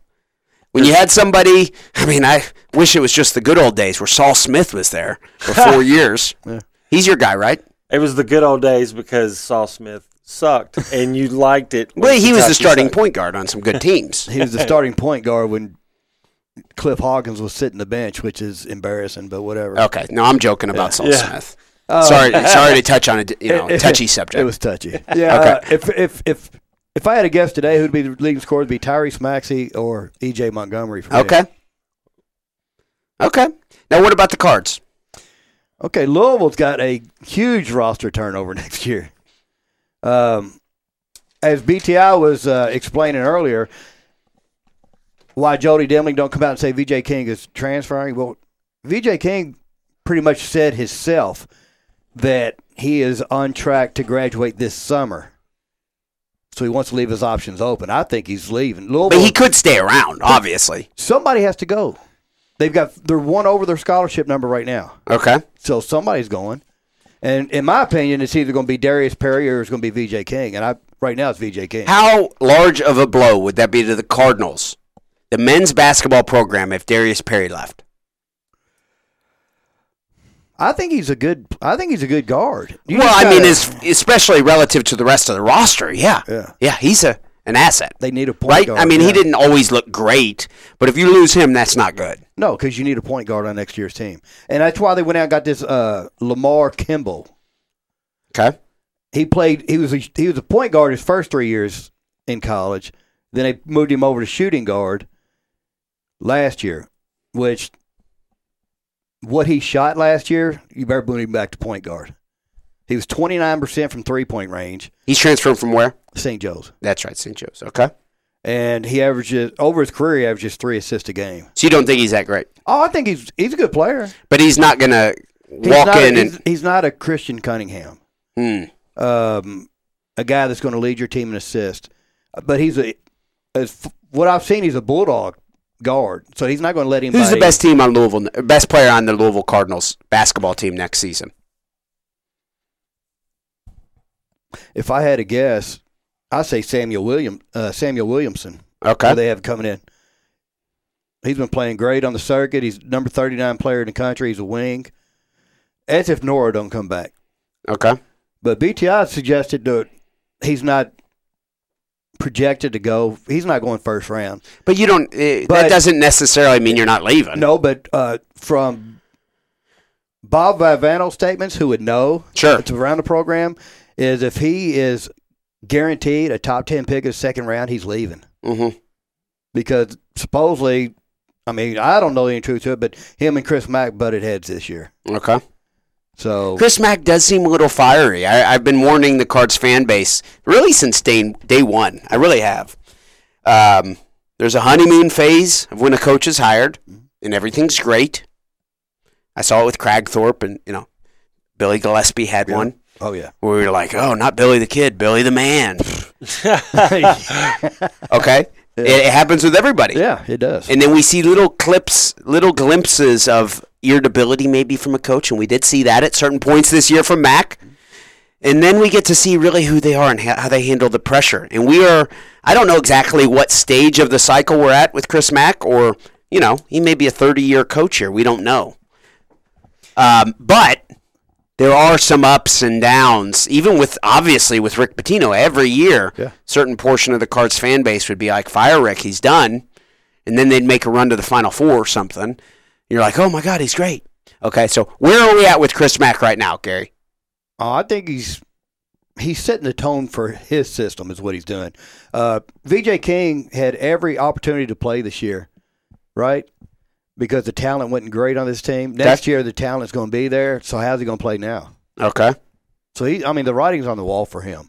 Speaker 1: when you had somebody, I mean, I wish it was just the good old days where Saul Smith was there for four years.
Speaker 2: Yeah.
Speaker 1: He's your guy, right?
Speaker 3: It was the good old days because Saul Smith sucked and you liked it. when
Speaker 1: Well, he was the
Speaker 3: Kentucky
Speaker 1: starting
Speaker 3: sucked.
Speaker 1: point guard on some good teams.
Speaker 2: He was the starting point guard when Cliff Hawkins was sitting the bench, which is embarrassing, but whatever. Uh,
Speaker 1: Okay, no, I'm joking about Saul
Speaker 3: Yeah.
Speaker 1: Smith. sorry, sorry to touch on a d- you know touchy subject.
Speaker 2: It was touchy. Yeah.
Speaker 1: Okay.
Speaker 2: uh, if if if if I had a guess today, who'd be the leading scorer? Would be Tyrese Maxey or EJ Montgomery. For me.
Speaker 1: okay. Okay. Now, what about the cards?
Speaker 2: Okay. Louisville's got a huge roster turnover next year. Um, as BTI was uh, explaining earlier, why Jody Demling don't come out and say VJ King is transferring. Well, VJ King pretty much said himself that he is on track to graduate this summer. So he wants to leave his options open. I think he's leaving.
Speaker 1: But
Speaker 2: Louisville,
Speaker 1: he could stay around, obviously.
Speaker 2: somebody has to go. They've got they're one over their scholarship number right now.
Speaker 1: Okay.
Speaker 2: So somebody's going. And in my opinion, it's either going to be Darius Perry or it's going to be VJ King. And I right now it's VJ King.
Speaker 1: How large of a blow would that be to the Cardinals, the men's basketball program, if Darius Perry left?
Speaker 2: I think he's a good. I think he's a good guard. You
Speaker 1: well,
Speaker 2: just
Speaker 1: I mean,
Speaker 2: gotta-
Speaker 1: is especially relative to the rest of the roster. Yeah,
Speaker 2: Yeah.
Speaker 1: he's a an asset,
Speaker 2: they need a point
Speaker 1: right?
Speaker 2: guard.
Speaker 1: I mean,
Speaker 2: yeah.
Speaker 1: he didn't always look great, but if you lose him, that's not good.
Speaker 2: No, because you need a point guard on next year's team, and that's why they went out and got this uh, Lamar Kimball.
Speaker 1: Okay,
Speaker 2: He played. He was a, he was a point guard his first three years in college. Then they moved him over to shooting guard last year, which what he shot last year, you better move him back to point guard. He was twenty nine percent from three point range.
Speaker 1: he's transferred from where?
Speaker 2: St. Joe's,
Speaker 1: That's right, St. Joe's. Okay,
Speaker 2: and he averages over his career, he averages three assists a game.
Speaker 1: so you don't think he's that great,
Speaker 2: Oh, I think he's he's a good player.
Speaker 1: but he's not gonna
Speaker 2: He's
Speaker 1: walk
Speaker 2: not,
Speaker 1: in
Speaker 2: he's,
Speaker 1: and
Speaker 2: he's not a Christian Cunningham,
Speaker 1: Hmm.
Speaker 2: um, a guy that's going to lead your team and assist. But he's a, as f- what I've seen, he's a bulldog guard, so he's not going to let him.
Speaker 1: who's the best team on Louisville, best player on the Louisville Cardinals basketball team next season?
Speaker 2: If I had a guess, I say Samuel William uh, Samuel Williamson.
Speaker 1: Okay,
Speaker 2: who they have coming in. He's been playing great on the circuit. He's number thirty nine player in the country. He's a wing. As if Nora don't come back.
Speaker 1: okay.
Speaker 2: But BTI suggested that he's not projected to go. He's not going first round.
Speaker 1: But you don't. eh,
Speaker 2: But-
Speaker 1: that doesn't necessarily mean you're not leaving.
Speaker 2: No, but uh, from Bob Vivano's statements, who would know
Speaker 1: Sure.
Speaker 2: it's around the program, is if he is guaranteed a top ten pick in the second round, he's leaving
Speaker 1: hmm
Speaker 2: because supposedly. I mean, I don't know any truth to it, but him and Chris Mack butted heads this year.
Speaker 1: Okay.
Speaker 2: So
Speaker 1: Chris Mack does seem a little fiery. I, I've been warning the Cards fan base really since day, day one. I really have. Um, there's a honeymoon phase of when a coach is hired and everything's great. I saw it with Cragthorpe and, you know, Billy Gillespie had one.
Speaker 2: Oh yeah.
Speaker 1: where we were like, oh, not Billy the Kid, Billy the Man. okay, it, it happens with everybody.
Speaker 2: Yeah, it does.
Speaker 1: And then we see little clips, little glimpses of irritability maybe from a coach, and we did see that at certain points this year from Mac. And then we get to see really who they are and ha- how they handle the pressure. And we are, I don't know exactly what stage of the cycle we're at with Chris Mack, or, you know, he may be a 30 year coach here. We don't know. Um, but there are some ups and downs, even with, obviously, with Rick Pitino. Every year, certain portion of the Cards fan base would be like, fire Rick, he's done and then they'd make a run to the final four or something. You're like, oh my god, he's great. Okay, so where are we at with Chris Mack right now, Gary?
Speaker 2: Oh, I think he's he's setting the tone for his system is what he's doing. Uh, VJ King had every opportunity to play this year, right? Because the talent wasn't great on this team. Next
Speaker 1: That's-
Speaker 2: year the talent's going to be there. So how's he going to play now?
Speaker 1: Okay,
Speaker 2: So he, I mean, the writing's on the wall for him.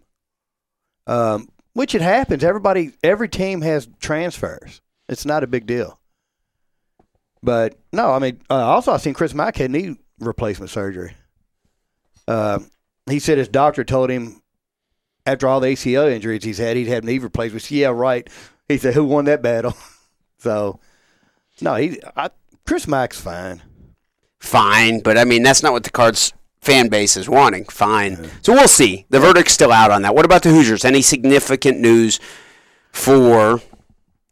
Speaker 2: Um, which it happens. Everybody, every team has transfers. It's not a big deal. But no, I mean, uh, also I seen Chris Mack had knee replacement surgery. Uh, he said his doctor told him after all the ACL injuries he's had, he'd have knee replacements. Yeah, right. He said, "Who won that battle?" so, no, he, I, Chris Mack's fine.
Speaker 1: fine, but I mean that's not what the Cards fan base is wanting. Fine, so we'll see. The verdict's still out on that. What about the Hoosiers? Any significant news for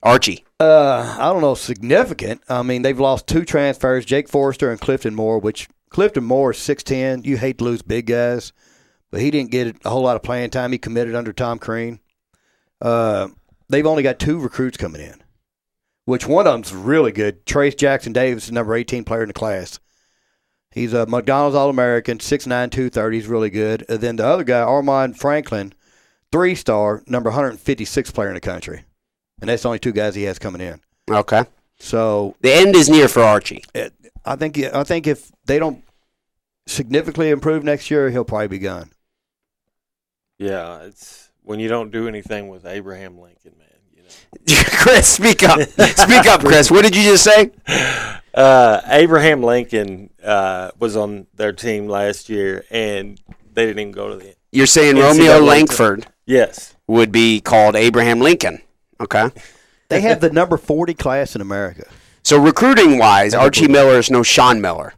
Speaker 1: Archie?
Speaker 2: Uh, I don't know, significant. I mean, they've lost two transfers, Jake Forrester and Clifton Moore, which Clifton Moore is 6'10. You hate to lose big guys, but he didn't get a whole lot of playing time. He committed under Tom Crean. Uh, they've only got two recruits coming in, which one of them's really good. Trace Jackson Davis is number 18 player in the class. He's a McDonald's All American, 6'9, 230. He's really good. And then the other guy, Armand Franklin, three star, number 156 player in the country. And that's the only two guys he has coming in.
Speaker 1: Okay,
Speaker 2: So
Speaker 1: the end is near for Archie.
Speaker 2: it, I think I think if they don't significantly improve next year, he'll probably be gone.
Speaker 3: Yeah, it's when you don't do anything with Abraham Lincoln, man. You know,
Speaker 1: Chris, speak up. speak up, Chris. What did you just say?
Speaker 3: uh, Abraham Lincoln uh, was on their team last year, and they didn't even go to the.
Speaker 1: You're saying
Speaker 3: NCAA
Speaker 1: Romeo
Speaker 3: tournament.
Speaker 1: Langford
Speaker 3: Yes,
Speaker 1: would be called Abraham Lincoln. Okay.
Speaker 2: They have the number forty class in America.
Speaker 1: So recruiting wise, Archie Miller is no Sean Miller.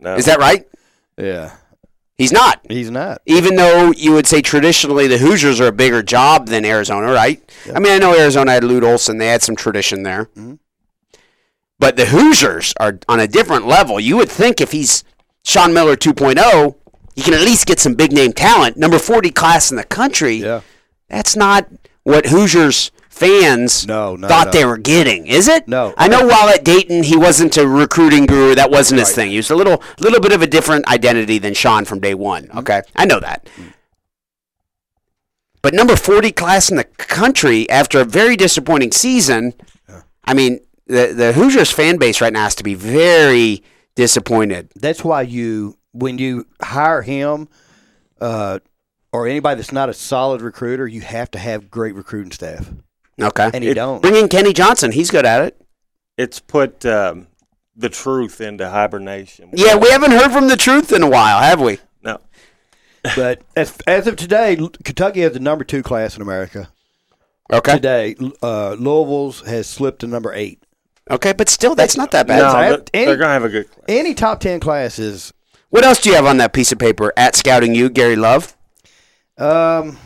Speaker 3: no.
Speaker 1: Is that right?
Speaker 2: Yeah,
Speaker 1: He's not.
Speaker 2: he's not.
Speaker 1: Even though you would say traditionally the Hoosiers are a bigger job than Arizona, right? I mean, I know Arizona had Lute Olson; they had some tradition there.
Speaker 2: Mm-hmm.
Speaker 1: But the Hoosiers are on a different level. You would think if he's Sean Miller 2.0, you can at least get some big name talent. Number 40 class in the country.
Speaker 2: Yeah,
Speaker 1: That's not what Hoosiers fans
Speaker 2: No, not
Speaker 1: thought
Speaker 2: at
Speaker 1: they were getting, is it?
Speaker 2: No.
Speaker 1: I know while at Dayton, he wasn't a recruiting guru. That wasn't his thing. He was a little, little bit of a different identity than Sean from day one.
Speaker 2: Mm-hmm.
Speaker 1: Okay, I know that. But number forty class in the country after a very disappointing season. I mean, the the Hoosiers fan base right now has to be very disappointed.
Speaker 2: that's why you when you hire him uh, or anybody that's not a solid recruiter, you have to have great recruiting staff,
Speaker 1: Okay,
Speaker 2: and he don't.
Speaker 1: bring in Kenny Johnson. He's good at it.
Speaker 3: it's put um, the truth into hibernation.
Speaker 1: Yeah, we haven't heard from the truth in a while, have we?
Speaker 3: no.
Speaker 2: But as as of today, L- Kentucky has the number two class in America.
Speaker 1: Okay.
Speaker 2: Today, L- uh, Louisville's has slipped to number eight.
Speaker 1: Okay, but still, that's not that bad.
Speaker 3: No,
Speaker 2: I have
Speaker 3: but
Speaker 2: any-
Speaker 3: they're gonna have a good. Class.
Speaker 2: Any top ten class is
Speaker 1: What else do you have on that piece of paper at Scouting You, Gary Love?
Speaker 2: Um,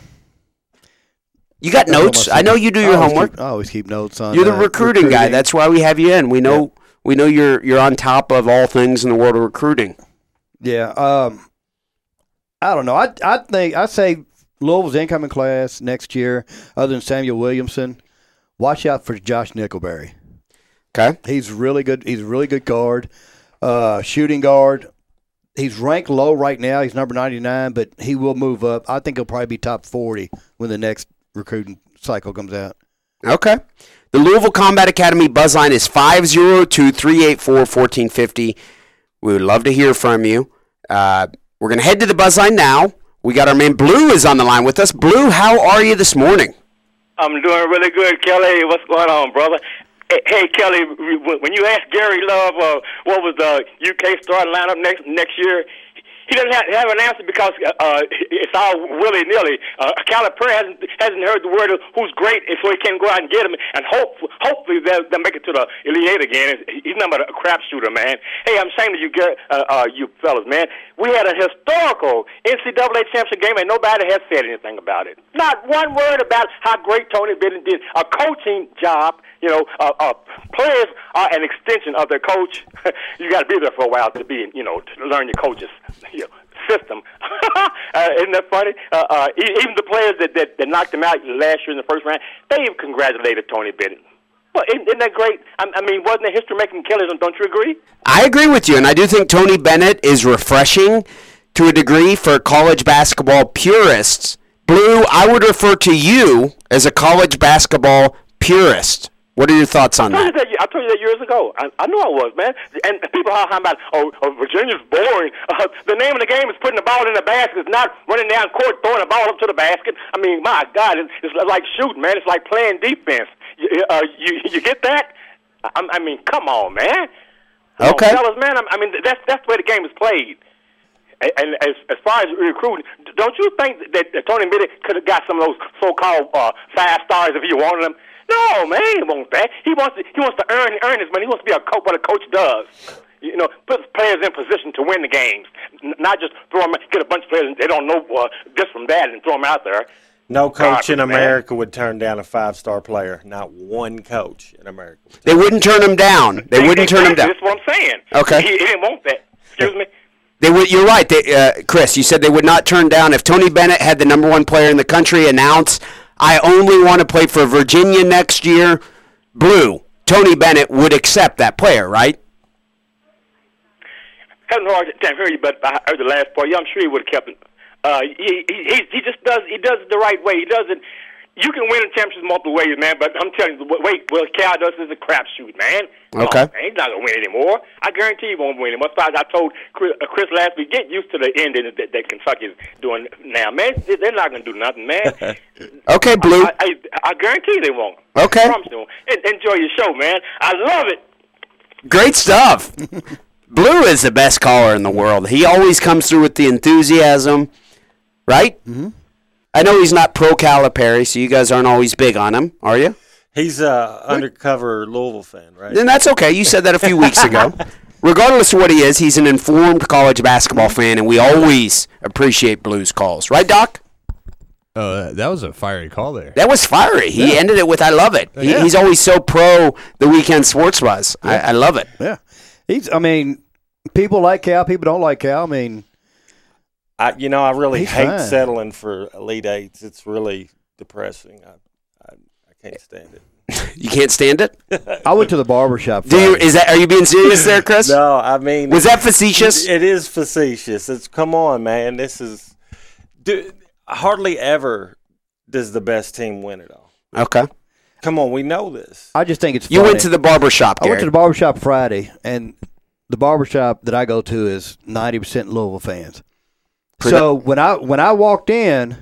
Speaker 1: You got notes. I know you do your
Speaker 2: always
Speaker 1: homework.
Speaker 2: keep- I always keep notes on.
Speaker 1: You're the
Speaker 2: uh,
Speaker 1: recruiting, guy. That's why we have you in. We know we know you're you're on top of all things in the world of recruiting.
Speaker 2: yeah. Um, I don't know. I I think I say Louisville's incoming class next year. Other than Samuel Williamson, watch out for Josh Nickelberry.
Speaker 1: Okay.
Speaker 2: He's really good. He's a really good guard, uh, shooting guard. He's ranked low right now. He's number ninety nine, but he will move up. I think he'll probably be top forty when the next recruiting cycle comes out.
Speaker 1: Okay. The Louisville Combat Academy buzz line is 502 384 1450. We would love to hear from you. Uh, we're going to head to the buzz line now. We got our man Blue is on the line with us. Blue, how are you this morning?
Speaker 9: I'm doing really good, Kelly. What's going on, brother? Hey, hey, Kelly, when you asked Gary Love uh, what was the UK starting lineup next next year,
Speaker 10: He doesn't have, have an answer because uh, uh, it's all willy nilly. Uh, Calipari hasn't hasn't heard the word of who's great, and so he can't go out and get him. And hope hopefully they'll, they'll make it to the Elite Eight again. He's not but a crapshooter, man. Hey, I'm saying to you, Gar- uh, uh, you fellas, man, we had a historical NCAA championship game, and nobody has said anything about it. Not one word about how great Tony Bennett did a coaching job. You know, uh, uh, players are an extension of their coach. you got to be there for a while to be, you know, to learn your coaches. You know, system. uh, isn't that funny? Uh, uh, e- even the players that, that, that knocked him out last year in the first round, they've congratulated Tony Bennett. Well, isn't, isn't that great? I, I mean, wasn't it history making killers? Don't you agree?
Speaker 1: I agree with you, and I do think Tony Bennett is refreshing to a degree for college basketball purists. Blue, I would refer to you as a college basketball purist. What are your thoughts on
Speaker 10: I told
Speaker 1: that?
Speaker 10: you that. I told you that years ago. I, I knew I was, man. And people are talking about, oh, oh Virginia's boring. Uh, the name of the game is putting the ball in the basket. It's not running down court throwing the ball up to the basket. I mean, my God, it's, it's like shooting, man. It's like playing defense. You, uh, you, you get that? I, I mean, come on, man. Come on,
Speaker 1: Okay.
Speaker 10: fellas, man. I, I mean, that's that's the way the game is played. And, and as, as far as recruiting, d- don't you think that, that Tony Bennett could have got some of those so-called uh, five stars if he wanted them? No, man, he wants that. He wants to, he wants to earn earn his money. He wants to be a coach, what a coach does. You know, puts players in position to win the games, N- not just throw them, get a bunch of players and they don't know uh, this from that and throw them out there.
Speaker 3: No coach in
Speaker 10: man.
Speaker 3: America would turn down a five star player. Not one coach in America. would
Speaker 1: They wouldn't turn him down. They wouldn't turn him down.
Speaker 10: That's what I'm saying.
Speaker 1: Okay.
Speaker 10: he, he didn't want that. Excuse me.
Speaker 1: They would. You're right, they, uh, Chris. You said they would not turn down if Tony Bennett had the number one player in the country announce, "I only want to play for Virginia next year." Blue. Tony Bennett would accept that player, right?
Speaker 10: having a hard time hearing you, but I heard the last part. Yeah, I'm sure he would have kept it. Uh, he, he he he just does he does it the right way. He doesn't. You can win a championship multiple ways, man. But I'm telling you, the way Will Cal does is a crapshoot, man. Come on,
Speaker 1: Okay.
Speaker 10: man, he's not gonna win anymore. I guarantee he won't win anymore. As I told Chris, uh, Chris last week, get used to the ending that, that Kentucky's doing now, man. They- They're not gonna do nothing, man.
Speaker 1: Okay, Blue.
Speaker 10: I, I, I guarantee they won't.
Speaker 1: Okay.
Speaker 10: I promise they won't. En- Enjoy your show, man. I love it.
Speaker 1: Great stuff. Blue is the best caller in the world. He always comes through with the enthusiasm, right? Mm-hmm. I know he's not pro Calipari, so you guys aren't always big on him, are you?
Speaker 3: He's a undercover Louisville fan, right?
Speaker 1: Then that's okay. You said that a few weeks ago. Regardless of what he is, he's an informed college basketball fan, and we always appreciate Blue's calls, right, Doc?
Speaker 5: Oh, that- that was a fiery call there.
Speaker 1: That was fiery. He ended it with "I love it." He,
Speaker 5: Yeah.
Speaker 1: He's always so pro the weekend sports buzz. I, I love it.
Speaker 2: Yeah, he's. I mean, people like Cal. People don't like Cal. I mean,
Speaker 3: I, you know, I really
Speaker 2: He's
Speaker 3: hate
Speaker 2: fine.
Speaker 3: settling for elite eights. It's really depressing. I, I, I can't stand it.
Speaker 1: You can't stand it.
Speaker 2: I went to the barbershop.
Speaker 1: Do you,
Speaker 2: Friday.
Speaker 1: is that? Are you being serious there, Chris?
Speaker 3: No, I mean,
Speaker 1: Was that facetious?
Speaker 3: It, it is facetious. It's come on, man. This is dude, hardly ever does the best team win it all.
Speaker 1: Okay.
Speaker 3: Come on, we know this.
Speaker 2: I just think it's.
Speaker 1: You went
Speaker 2: funny.
Speaker 1: to the barber shop,
Speaker 2: I went
Speaker 1: Gary.
Speaker 2: to the barbershop Friday, and the barbershop that I go to is ninety percent Louisville fans. So when I when I walked in,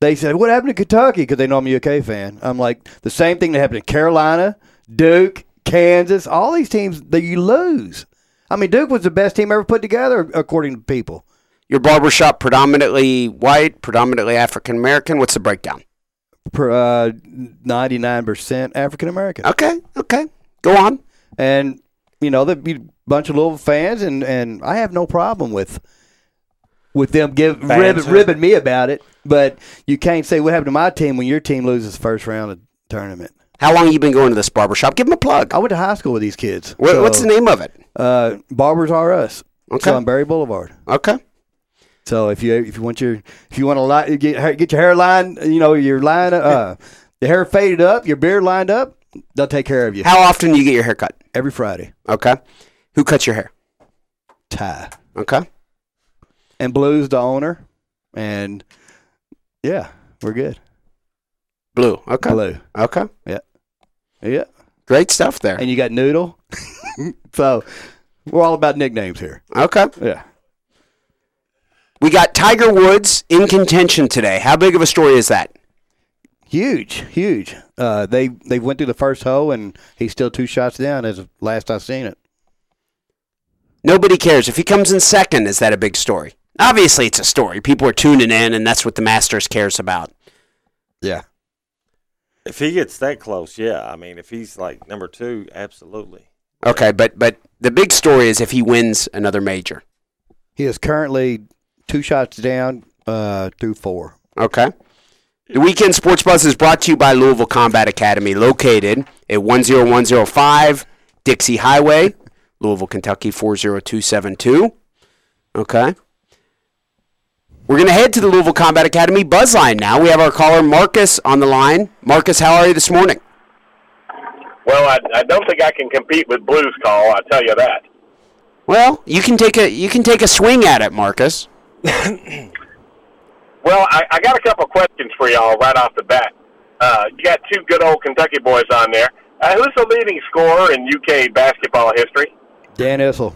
Speaker 2: they said, "What happened to Kentucky?" Because they know I'm a UK fan. I'm like the same thing that happened to Carolina, Duke, Kansas, all these teams that you lose. I mean, Duke was the best team ever put together, according to people.
Speaker 1: Your barber shop predominantly white, predominantly African American. What's the breakdown?
Speaker 2: Ninety nine uh, percent African American,
Speaker 1: Okay. Okay. Go on.
Speaker 2: and you know there'd be a bunch of Louisville fans, and and I have no problem with with them give
Speaker 3: Fans,
Speaker 2: ribbon,
Speaker 3: huh?
Speaker 2: ribbing me about it. But you can't say what happened to my team when your team loses the first round of tournament.
Speaker 1: How long you been going to this barber shop? Give him a plug.
Speaker 2: I went to high school with these kids.
Speaker 1: Wha-
Speaker 2: so-
Speaker 1: What's the name of it?
Speaker 2: Uh, Barbers R Us.
Speaker 1: Okay.
Speaker 2: So on Barry Boulevard.
Speaker 1: Okay.
Speaker 2: So if you if you want your if you want to li- get get your hairline, you know your line uh, the hair faded up, your beard lined up, they'll take care of you
Speaker 1: How often do you get your hair cut?
Speaker 2: every Friday.
Speaker 1: Okay. Who cuts your hair?
Speaker 2: Ty
Speaker 1: Okay.
Speaker 2: and Blue's the owner, and yeah, we're good.
Speaker 1: Blue. Okay.
Speaker 2: Blue,
Speaker 1: Okay.
Speaker 2: yeah,
Speaker 1: Great stuff there.
Speaker 2: and you got Noodle. so we're all about nicknames here.
Speaker 1: Okay.
Speaker 2: Yeah,
Speaker 1: We got Tiger Woods in contention today. How big of a story is that?
Speaker 2: huge, huge. Uh, they they went through the first hole, and he's still two shots down as of last I seen it.
Speaker 1: Nobody cares. If he comes in second, is that a big story? Obviously, it's a story. People are tuning in, and that's what the Masters cares about.
Speaker 2: Yeah.
Speaker 3: If he gets that close, yeah. I mean, if he's like number two, absolutely.
Speaker 1: Okay, but but the big story is if he wins another major.
Speaker 2: He is currently two shots down uh, through four.
Speaker 1: Okay. The Weekend Sports Buzz is brought to you by Louisville Combat Academy, located at 10105 Dixie Highway, Louisville, Kentucky 40272. Okay. We're going to head to the Louisville Combat Academy buzz line now. We have our caller Marcus on the line. Marcus, how are you this morning?
Speaker 9: Well, I, I don't think I can compete with Blues Call. I tell you that.
Speaker 1: Well, you can take a you can take a swing at it, Marcus.
Speaker 9: Well, I, I got a couple of questions for y'all right off the bat. Uh, you got two good old Kentucky boys on there. Uh, who's the leading scorer in UK basketball history?
Speaker 2: Dan Issel.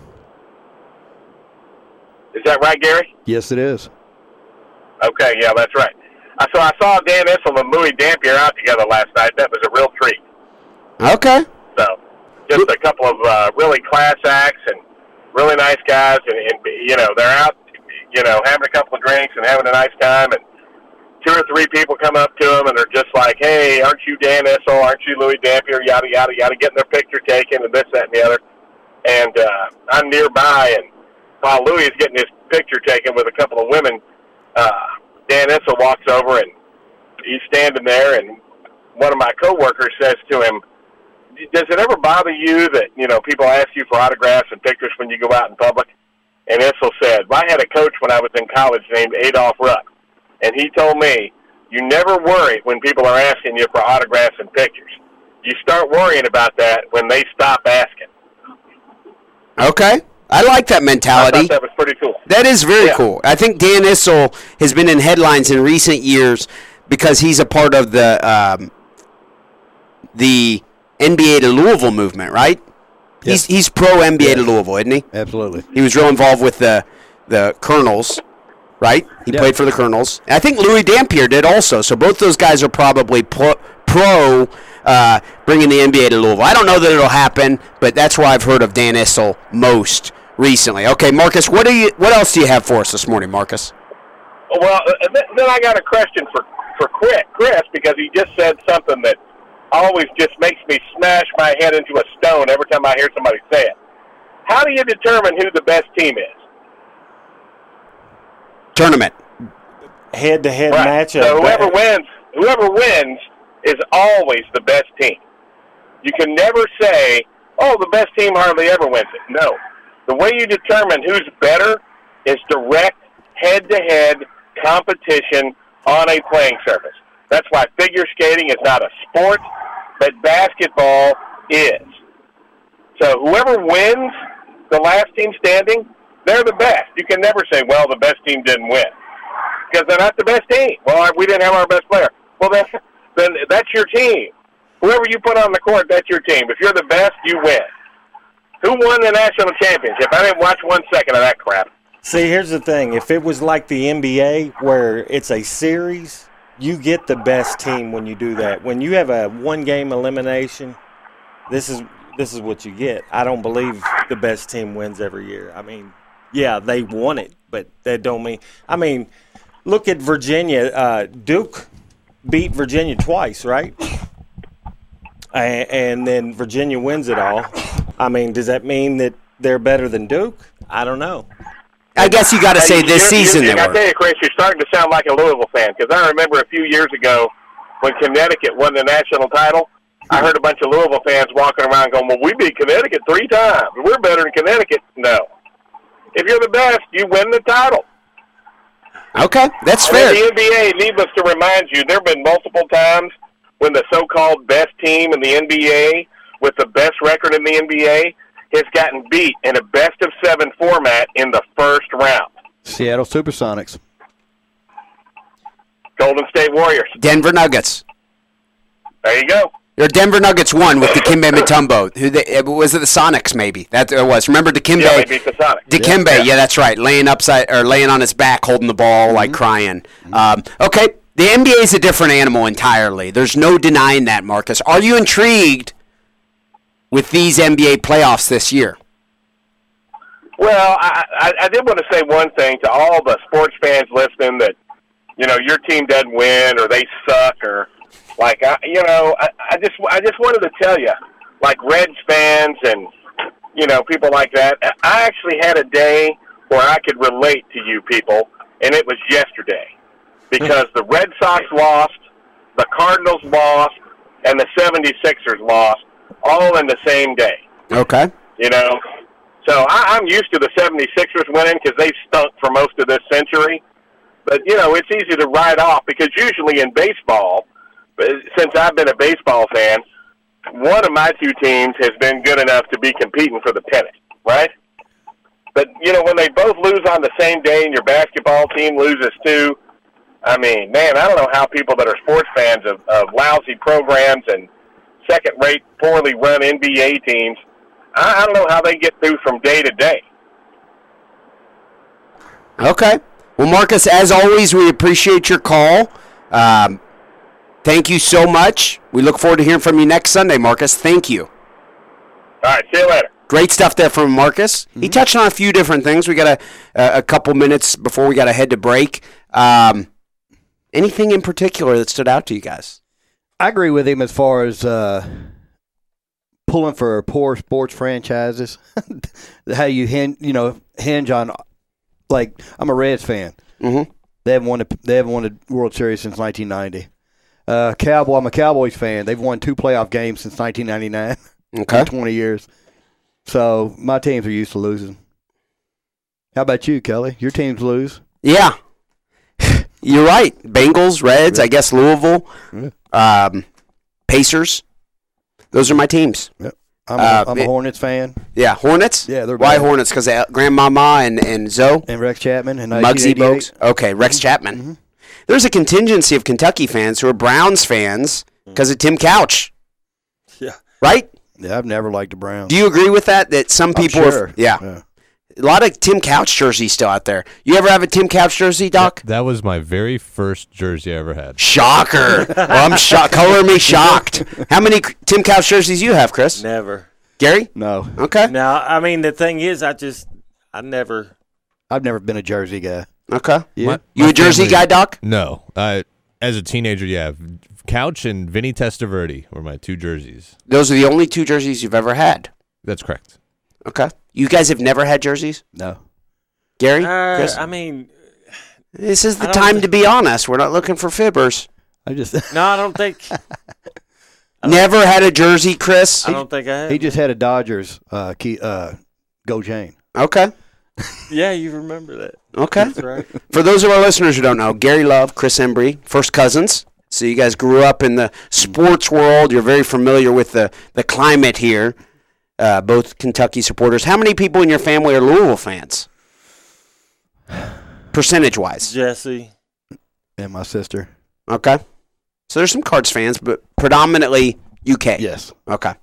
Speaker 9: Is that right, Gary?
Speaker 2: Yes, it is.
Speaker 9: Okay, yeah, that's right. Uh, so I saw Dan Issel and Louis Dampier out together last night. That was a real treat.
Speaker 1: Okay.
Speaker 9: So just a couple of uh, really class acts and really nice guys, and, and you know they're out, you know, having a couple of drinks and having a nice time, and two or three people come up to them and they're just like, "Hey, aren't you Dan Issel? Aren't you Louis Dampier? Yada yada yada," getting their picture taken and this that and the other. And uh, I'm nearby, and while Louis is getting his picture taken with a couple of women, uh, Dan Issel walks over and he's standing there, and one of my coworkers says to him does it ever bother you that you know people ask you for autographs and pictures when you go out in public? And Issel said, well, "I had a coach when I was in college named Adolph Rupp, and he told me you never worry when people are asking you for autographs and pictures. You start worrying about that when they stop asking."
Speaker 1: Okay. I like that
Speaker 9: I
Speaker 1: mentality.
Speaker 9: thought that was pretty cool.
Speaker 1: That is very
Speaker 9: Yeah.
Speaker 1: cool. I think Dan Issel has been in headlines in recent years because he's a part of the um, the NBA to Louisville movement, right? He's he's pro NBA to Louisville, isn't he?
Speaker 2: Absolutely.
Speaker 1: He was real involved with the the Colonels, right? He
Speaker 2: Yeah.
Speaker 1: played for the Colonels. And I think Louis Dampier did also. So both those guys are probably pro, pro uh, bringing the NBA to Louisville. I don't know that it'll happen, but that's where I've heard of Dan Issel most recently. Okay, Marcus, what do you what else do you have for us this morning, Marcus?
Speaker 9: Well, uh, th- then I got a question for for Chris, Chris, because he just said something that always just makes me smash my head into a stone every time I hear somebody say it. How do you determine who the best team is?
Speaker 1: Tournament.
Speaker 3: Head to head
Speaker 9: Right.
Speaker 3: matchup.
Speaker 9: So whoever
Speaker 3: but-
Speaker 9: wins, whoever wins is always the best team. You can never say, "Oh, the best team hardly ever wins it." No, the way you determine who's better is direct head-to-head competition on a playing surface. That's why figure skating is not a sport, but basketball is. So whoever wins the last team standing, they're the best. You can never say, "Well, the best team didn't win." because they're not the best team. Well, our- we didn't have our best player. Well, then, then that's your team. Whoever you put on the court, that's your team. If you're the best, you win. Who won the national championship? I didn't watch one second of that crap.
Speaker 3: See, here's the thing. If it was like the NBA where it's a series, you get the best team when you do that. When you have a one game elimination, this is this is what you get. I don't believe the best team wins every year. I mean, yeah, they won it, but that don't mean I mean, look at Virginia. Uh, Duke beat Virginia twice, right? and, and then Virginia wins it all. I mean, does that mean that they're better than Duke? I don't know.
Speaker 1: I guess you got to say
Speaker 9: Hey,
Speaker 1: this
Speaker 9: you're- you're-
Speaker 1: season they
Speaker 9: I tell
Speaker 1: were.
Speaker 9: you, Chris, you're starting to sound like a Louisville fan because I remember a few years ago when Connecticut won the national title. I heard a bunch of Louisville fans walking around going, "Well, we beat Connecticut three times. We're better than Connecticut." No, if you're the best, you win the title.
Speaker 1: Okay, that's
Speaker 9: I
Speaker 1: fair.
Speaker 9: mean, the NBA, needless to remind you, there have been multiple times when the so-called best team in the NBA, with the best record in the NBA, has gotten beat in a best-of-seven format in the first round.
Speaker 2: Seattle Supersonics.
Speaker 9: Golden State Warriors.
Speaker 1: Denver Nuggets.
Speaker 9: There you go.
Speaker 1: Or Denver Nuggets won with Dikembe Mutombo. Who they, it was it the Sonics? Maybe that it was. Remember Dikembe?
Speaker 9: Yeah, they beat the Sonics.
Speaker 1: Dikembe, yeah. that's right. Laying upside or laying on his back, holding the ball, like crying. Um, okay, the NBA is a different animal entirely. There's no denying that, Marcus. Are you intrigued with these NBA playoffs this year?
Speaker 9: Well, I, I, I did want to say one thing to all the sports fans listening that, you know, your team doesn't win or they suck or, like, I, you know, I, I just I just wanted to tell you, like Reds fans and, you know, people like that. I actually had a day where I could relate to you people, and it was yesterday because the Red Sox lost, the Cardinals lost, and the 76ers lost all in the same day
Speaker 1: Okay.
Speaker 9: you know. So I, I'm used to the 76ers winning because they've stunk for most of this century. But, you know, it's easy to write off because usually in baseball, uh, since I've been a baseball fan, one of my two teams has been good enough to be competing for the pennant, right? But, you know, when they both lose on the same day and your basketball team loses too, I mean, man, I don't know how people that are sports fans of, of lousy programs and second rate, poorly run NBA teams I, I don't know how they get through from day to day.
Speaker 1: Okay. Well, Marcus, as always, we appreciate your call. Um, thank you so much. We look forward to hearing from you next Sunday, Marcus. Thank you.
Speaker 9: All right, see you later.
Speaker 1: Great stuff there from Marcus.
Speaker 2: Mm-hmm.
Speaker 1: He touched on a few different things. We got a, a, a couple minutes before we got to head to break. Um, anything in particular that stood out to you guys?
Speaker 2: I agree with him as far as uh, pulling for poor sports franchises. How you hinge, you know, hinge on like I'm a Reds fan.
Speaker 1: Mhm.
Speaker 2: They haven't won a they haven't won a World Series since 1990. Uh, Cowboy, I'm a Cowboys fan. They've won two playoff games since 1999.
Speaker 1: Okay.
Speaker 2: 20 years. So my teams are used to losing. How about you, Kelly? Your teams lose.
Speaker 1: Yeah. You're right. Bengals, Reds, I guess Louisville, um, Pacers. Those are my teams.
Speaker 2: I'm, a
Speaker 1: Uh,
Speaker 2: am a
Speaker 1: it-
Speaker 2: Hornets fan
Speaker 1: Yeah, Hornets.
Speaker 2: Yeah, they're
Speaker 1: why
Speaker 2: bad.
Speaker 1: Hornets? Because Grandmama and and Zoe,
Speaker 2: and Rex Chapman and
Speaker 1: Muggsy Bogues. Okay, Rex
Speaker 2: Mm-hmm.
Speaker 1: Chapman. There's a contingency of Kentucky fans who are Browns fans because of Tim Couch.
Speaker 2: Yeah.
Speaker 1: Right?
Speaker 2: Yeah, I've never liked the Browns.
Speaker 1: Do you agree with that? That some
Speaker 2: I'm
Speaker 1: people,
Speaker 2: sure.
Speaker 1: are, yeah. a lot of Tim Couch jerseys still out there. You ever have a Tim Couch jersey, Doc?
Speaker 5: That was my very first jersey I ever had.
Speaker 1: Shocker! well, I'm shocked. Color me shocked. How many C- Tim Couch jerseys you have, Chris?
Speaker 3: Never.
Speaker 1: Gary?
Speaker 2: No,
Speaker 1: Okay.
Speaker 3: Now, I mean, the thing is, I just, I never.
Speaker 2: I've never been a Jersey guy.
Speaker 1: Okay.
Speaker 2: Yeah.
Speaker 5: My-
Speaker 1: You
Speaker 5: my
Speaker 1: a Jersey
Speaker 5: family-
Speaker 1: guy, Doc?
Speaker 5: No. I, as a teenager, yeah. Couch and Vinny Testaverde were my two jerseys.
Speaker 1: Those are the only two jerseys you've ever had.
Speaker 5: That's correct.
Speaker 1: Okay. You guys have never had jerseys?
Speaker 2: No.
Speaker 1: Gary?
Speaker 3: Uh,
Speaker 1: Chris?
Speaker 3: I mean,
Speaker 1: This is the
Speaker 3: I don't
Speaker 1: time
Speaker 3: thi-
Speaker 1: to be honest. We're not looking for fibbers.
Speaker 2: I just
Speaker 3: no, I don't think.
Speaker 1: Never had a jersey, Chris.
Speaker 3: I don't think I have.
Speaker 2: he just had a Dodgers uh, key, uh, go chain.
Speaker 1: Okay.
Speaker 3: yeah, you remember that.
Speaker 1: Okay.
Speaker 3: That's right.
Speaker 1: For those of our listeners who don't know, Gary Love, Chris Embry, first cousins. So you guys grew up in the sports world. You're very familiar with the, the climate here. Uh, both Kentucky supporters. How many people in your family are Louisville fans? Percentage wise.
Speaker 3: Jesse.
Speaker 2: And my sister.
Speaker 1: Okay. So there's some Cards fans, but predominantly UK.
Speaker 2: Yes.
Speaker 1: Okay.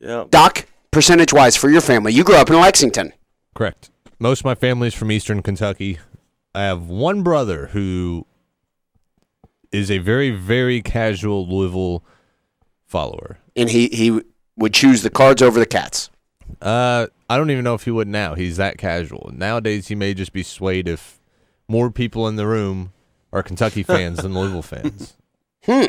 Speaker 3: Yep.
Speaker 1: Doc, percentage wise for your family, you grew up in Lexington.
Speaker 5: Correct. Most of my family's from Eastern Kentucky. I have one brother who is a very, very casual Louisville follower.
Speaker 1: and he he would choose the cards over the cats.
Speaker 5: Uh, I don't even know if he would now. He's that casual. Nowadays, he may just be swayed if more people in the room are Kentucky fans than Louisville fans.
Speaker 1: Hmm.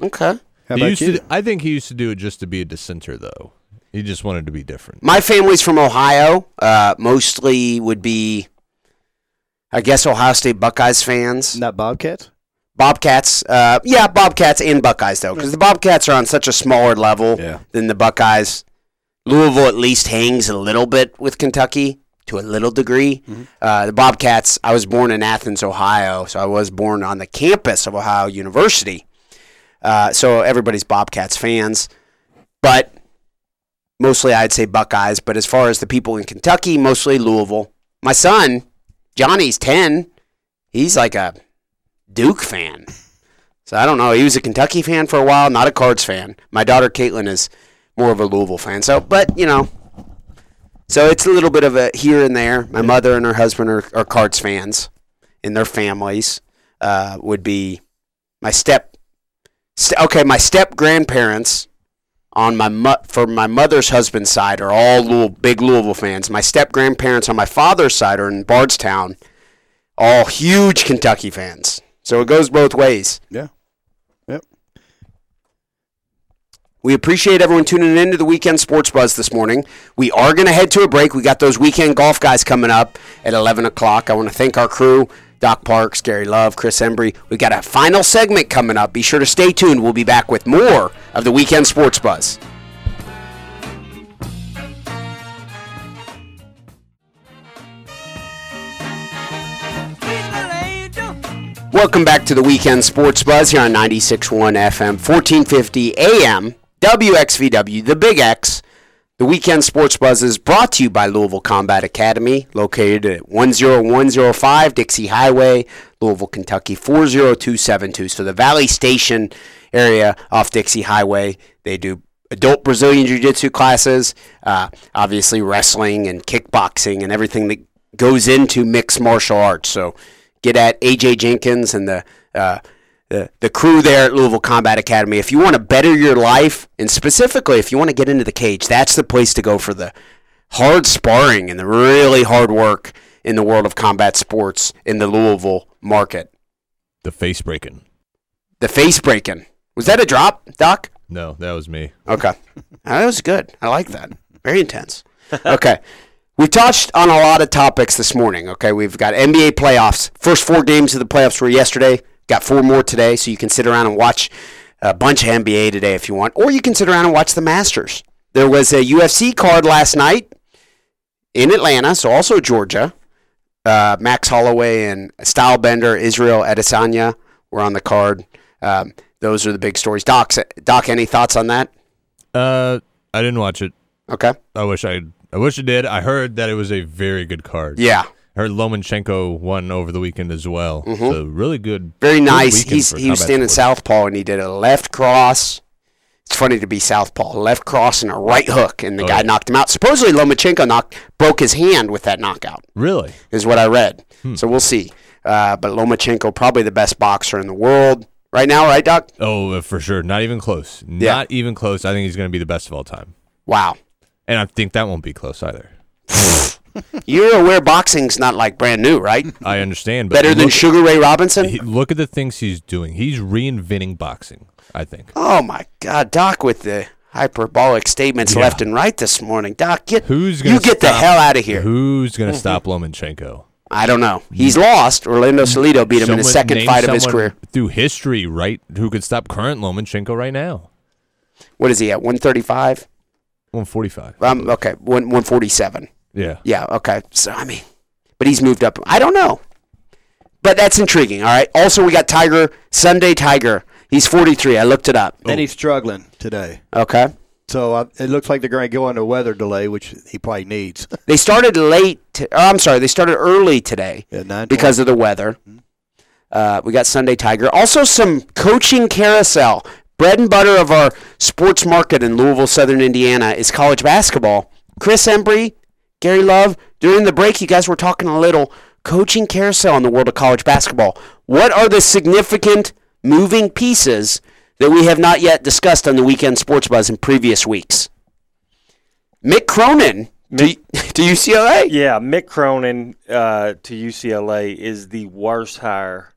Speaker 1: Okay.
Speaker 2: How
Speaker 5: He
Speaker 2: about
Speaker 5: used
Speaker 2: you?
Speaker 5: to- I think he used to do it just to be a dissenter, though. He just wanted to be different.
Speaker 1: My family's from Ohio. Uh, mostly would be, I guess, Ohio State Buckeyes fans.
Speaker 2: Not Bobcats.
Speaker 1: Bobcats. Uh, yeah, Bobcats and Buckeyes though, because the Bobcats are on such a smaller level
Speaker 2: Yeah.
Speaker 1: than the Buckeyes. Louisville at least hangs a little bit with Kentucky to a little degree.
Speaker 2: Mm-hmm.
Speaker 1: Uh, the Bobcats. I was born in Athens, Ohio, so I was born on the campus of Ohio University. Uh, so everybody's Bobcats fans, but mostly I'd say Buckeyes. But as far as the people in Kentucky, mostly Louisville. My son, Johnny's ten. He's like a Duke fan. So I don't know. He was a Kentucky fan for a while, not a Cards fan. My daughter Caitlin is more of a Louisville fan. So, but you know, so it's a little bit of a here and there. My mother and her husband are, are Cards fans, and their families uh, would be my step. St- okay, my step grandparents on my mo- for my mother's husband's side are all Louis- big Louisville fans. My step grandparents on my father's side are in Bardstown, all huge Kentucky fans. So it goes both ways.
Speaker 2: Yeah. Yep.
Speaker 1: We appreciate everyone tuning in to the Weekend Sports Buzz this morning. We are going to head to a break. We got those weekend golf guys coming up at 11 o'clock. I want to thank our crew Doc Parks, Gary Love, Chris Embry. We got a final segment coming up. Be sure to stay tuned. We'll be back with more of the Weekend Sports Buzz.
Speaker 6: Little angel.
Speaker 1: Welcome back to the Weekend Sports Buzz here on 96.1 FM, 1450 AM, WXVW, The Big X. The Weekend Sports Buzz is brought to you by Louisville Combat Academy, located at 10105 Dixie Highway, Louisville, Kentucky, 40272. So the Valley Station area off Dixie Highway, they do adult Brazilian Jiu Jitsu classes, uh, obviously wrestling and kickboxing and everything that goes into mixed martial arts. So get at AJ Jenkins and the uh, the, the crew there at Louisville Combat Academy. If you want to better your life, and specifically if you want to get into the cage, that's the place to go for the hard sparring and the really hard work in the world of combat sports in the Louisville market.
Speaker 5: The face breaking.
Speaker 1: The face breaking. Was that a drop, Doc?
Speaker 5: No, that was me.
Speaker 1: Okay. that was good. I like that. Very intense. Okay. We touched on a lot of topics this morning. Okay. We've got NBA playoffs. First four games of the playoffs were yesterday. Got four more today. So you can sit around and watch a bunch of NBA today if you want, or you can sit around and watch the Masters. There was a UFC card last night in Atlanta, so also Georgia. Uh, Max Holloway and Stylebender Israel Adesanya were on the card. Um, those are the big stories. Doc, Doc, any thoughts on that?
Speaker 5: Uh, I didn't watch it.
Speaker 1: Okay.
Speaker 5: I wish I. I wish I did. I heard that it was a very good card.
Speaker 1: Yeah.
Speaker 5: I heard Lomachenko won over the weekend as well. So really good.
Speaker 1: Mm-hmm. Very
Speaker 5: good
Speaker 1: nice.
Speaker 5: weekend
Speaker 1: He's
Speaker 5: for
Speaker 1: he was
Speaker 5: combat
Speaker 1: standing
Speaker 5: sports.
Speaker 1: southpaw and he did a left cross. It's funny to be southpaw, left cross and a right hook, and the
Speaker 5: Oh,
Speaker 1: guy
Speaker 5: yeah.
Speaker 1: knocked him out. Supposedly Lomachenko knocked broke his hand with that knockout,
Speaker 5: Really.
Speaker 1: is what I read.
Speaker 5: Hmm.
Speaker 1: So we'll see. Uh, but Lomachenko probably the best boxer in the world right now, right, Doc?
Speaker 5: Oh, uh, for sure. Not even close. Not even close. I think he's going to be the best of all time,
Speaker 1: Wow.
Speaker 5: and I think that won't be close either.
Speaker 1: You're aware boxing's not like brand new, right?
Speaker 5: I understand. But
Speaker 1: Better than
Speaker 5: look-
Speaker 1: Sugar Ray Robinson?
Speaker 5: he- Look at the things he's doing. He's reinventing boxing. I think.
Speaker 1: oh my God, Doc with the hyperbolic statements
Speaker 5: Yeah.
Speaker 1: left and right this morning. Doc, get
Speaker 5: Who's gonna
Speaker 1: you get the
Speaker 5: stop-
Speaker 1: hell out of here.
Speaker 5: Who's
Speaker 3: Mm-hmm.
Speaker 5: going to stop Lomachenko?
Speaker 1: Mm-hmm. I don't know. He's lost. Orlando Salido beat him in
Speaker 5: Someone-
Speaker 1: his second
Speaker 5: name
Speaker 1: fight of his
Speaker 5: someone
Speaker 1: career.
Speaker 5: Through history, right? Who could stop current Lomachenko right now?
Speaker 1: What is he at? 135?
Speaker 5: 145.
Speaker 1: Um, okay, one, 147.
Speaker 5: Yeah.
Speaker 1: Yeah, okay. So, I mean, but he's moved up. I don't know. But that's intriguing, all right? Also, we got Tiger, Sunday Tiger. He's 43. I looked it up.
Speaker 5: Oh.
Speaker 2: And he's struggling today.
Speaker 1: Okay.
Speaker 2: So uh, it looks like they're going to go on a weather delay, which he probably needs.
Speaker 1: They started late. t- oh, I'm sorry. They started early today
Speaker 2: At 9:20.
Speaker 1: because of the weather. Uh, we got Sunday Tiger. Also, some coaching carousel. Bread and butter of our sports market in Louisville, Southern Indiana, is college basketball. Chris Embry, Gary Love. During the break, you guys were talking a little coaching carousel in the world of college basketball. What are the significant moving pieces that we have not yet discussed on the weekend sports buzz in previous weeks? Mick Cronin to, to UCLA.
Speaker 3: Yeah, Mick Cronin uh, to UCLA is the worst hire.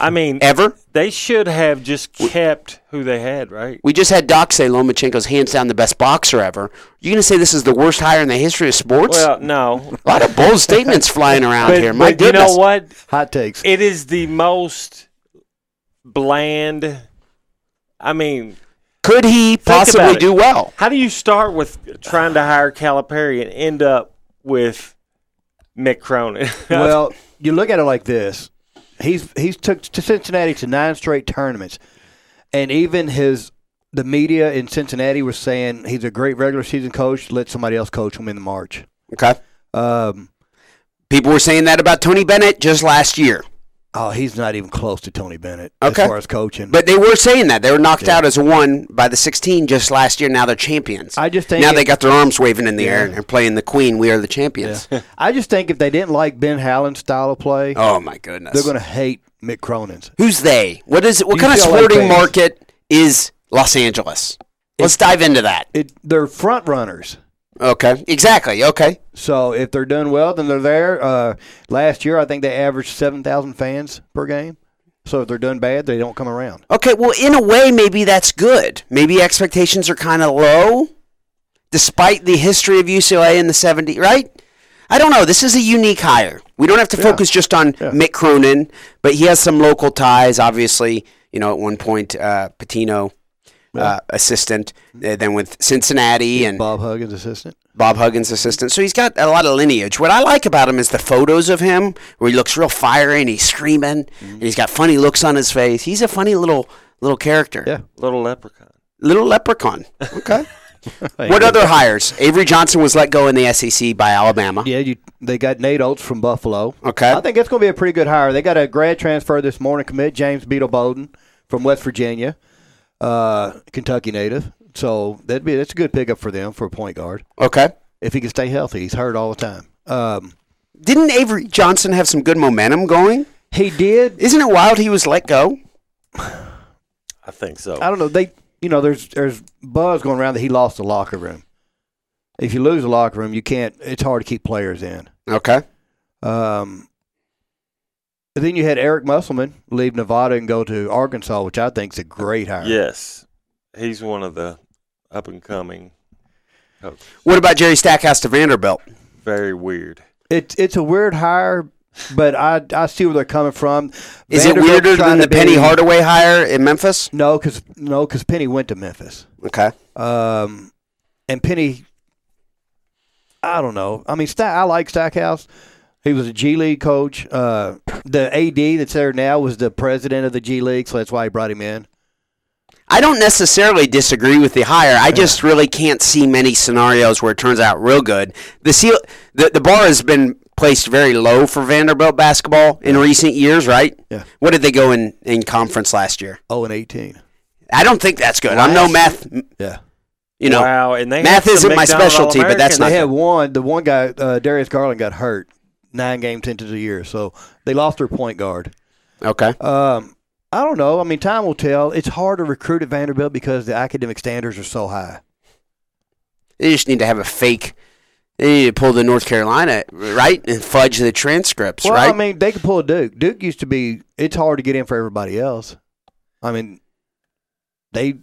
Speaker 3: I mean,
Speaker 1: Ever?
Speaker 3: they should have just kept who they had, right?
Speaker 1: We just had Doc say Lomachenko's hands down the best boxer ever. You're going to say this is the worst hire in the history of sports?
Speaker 3: Well, no.
Speaker 1: a lot of bold statements flying around
Speaker 3: But,
Speaker 1: here. My
Speaker 3: but you
Speaker 1: goodness.
Speaker 3: know what?
Speaker 2: Hot takes.
Speaker 3: It is the most bland. I mean,
Speaker 1: Could he
Speaker 3: about
Speaker 1: possibly
Speaker 3: it.
Speaker 1: do well?
Speaker 3: how do you start with trying to hire Calipari and end up with Mick Cronin?
Speaker 2: well, you look at it like this: he's he's took to Cincinnati to nine straight tournaments, and even his the media in Cincinnati was saying he's a great regular season coach. Let somebody else coach him in the March.
Speaker 1: Okay.
Speaker 2: Um,
Speaker 1: People were saying that about Tony Bennett just last year.
Speaker 2: oh, he's not even close to Tony Bennett
Speaker 1: Okay.
Speaker 2: as far as coaching.
Speaker 1: But they were saying that. They were knocked out as a one by the 16 just last year. Now they're champions.
Speaker 2: I just think
Speaker 1: Now
Speaker 2: it-
Speaker 1: they got their arms waving in the air
Speaker 2: Yeah.
Speaker 1: and they're playing the queen. We are the champions.
Speaker 2: I just think if they didn't like Ben Hallen's style of play,
Speaker 1: Oh, my goodness.
Speaker 2: they're going to hate Mick Cronin's.
Speaker 1: Who's they? What is? What
Speaker 2: You
Speaker 1: kind of
Speaker 2: feel like
Speaker 1: sporting
Speaker 2: they-
Speaker 1: market is Los Angeles? Let's dive into that.
Speaker 2: It, they're front runners.
Speaker 1: Okay. Exactly. Okay.
Speaker 2: So if they're done well, then they're there. Uh, last year, I think they averaged seven thousand fans per game. So if they're done bad, they don't come around.
Speaker 1: Okay. Well, in a way, maybe that's good. Maybe expectations are kind of low, despite the history of UCLA in the 70s, right? I don't know. This is a unique hire. We don't have to focus just on Mick Cronin, but he has some local ties, obviously. You know, at one point, uh, Patino, uh, assistant, uh, then with Cincinnati and
Speaker 2: Hmm. Bob Huggins' assistant.
Speaker 1: Bob Huggins' assistant. So he's got a lot of lineage. What I like about him is the photos of him where he looks real fiery and he's screaming
Speaker 2: Hmm.
Speaker 1: and he's got funny looks on his face. He's a funny little little character.
Speaker 2: Yeah.
Speaker 3: Little leprechaun.
Speaker 1: Little leprechaun. Okay. what other hires? Avery Johnson was let go in the SEC by Alabama.
Speaker 2: Yeah, you, they got Nate Oates from Buffalo.
Speaker 1: Okay.
Speaker 2: I think that's going to be a pretty good hire. They got a grad transfer this morning commit, James Beetle Bowden from West Virginia, uh, Kentucky native. So that'd be that's a good pickup for them for a point guard
Speaker 1: Okay.
Speaker 2: if he can stay healthy. He's hurt all the time. Um,
Speaker 1: Didn't Avery Johnson have some good momentum going?
Speaker 2: he did.
Speaker 1: Isn't it wild he was let go?
Speaker 3: I think so.
Speaker 2: I don't know. They, you know, there's there's buzz going around that he lost the locker room. If you lose the locker room, you can't. It's hard to keep players in.
Speaker 1: Okay.
Speaker 2: Um, and then you had Eric Musselman leave Nevada and go to Arkansas, which I think is a great hire.
Speaker 3: Yes, he's one of the up and coming. coaches.
Speaker 1: What about Jerry Stackhouse to Vanderbilt?
Speaker 3: Very weird.
Speaker 2: It's it's a weird hire, but I I see where they're coming from.
Speaker 1: Is
Speaker 2: Vanderbilt
Speaker 1: it weirder
Speaker 2: trying
Speaker 1: than
Speaker 2: to
Speaker 1: the Penny
Speaker 2: be-
Speaker 1: Hardaway hire in Memphis?
Speaker 2: No, because no, because Penny went to Memphis.
Speaker 1: Okay.
Speaker 2: Um, and Penny, I don't know. I mean, Stack, I like Stackhouse. He was a G League coach. Uh, the AD that's there now was the president of the G League, so that's why he brought him in.
Speaker 1: I don't necessarily disagree with the hire. I just really can't see many scenarios where it turns out real good. The seal, the, the bar has been placed very low for Vanderbilt basketball in recent years, right?
Speaker 2: Yeah.
Speaker 1: What did they go in in conference last year?
Speaker 2: Oh, and eighteen.
Speaker 1: I don't think that's good. I'm no math,
Speaker 2: Yeah,
Speaker 1: you know.
Speaker 3: wow, and they
Speaker 1: math
Speaker 3: had some
Speaker 1: isn't my
Speaker 3: McDonald
Speaker 1: specialty, but that's
Speaker 3: All-Americans.
Speaker 1: not-
Speaker 2: they had one. The one guy, uh, Darius Garland, got hurt nine games into the year, so they lost their point guard.
Speaker 1: Okay.
Speaker 2: Um, I don't know. I mean, time will tell. It's hard to recruit at Vanderbilt because the academic standards are so high.
Speaker 1: They just need to have a fake. They need to pull the North Carolina right and fudge the transcripts,
Speaker 2: Well,
Speaker 1: right?
Speaker 2: I mean, they could pull a Duke. Duke used to be. It's hard to get in for everybody else. I mean, they,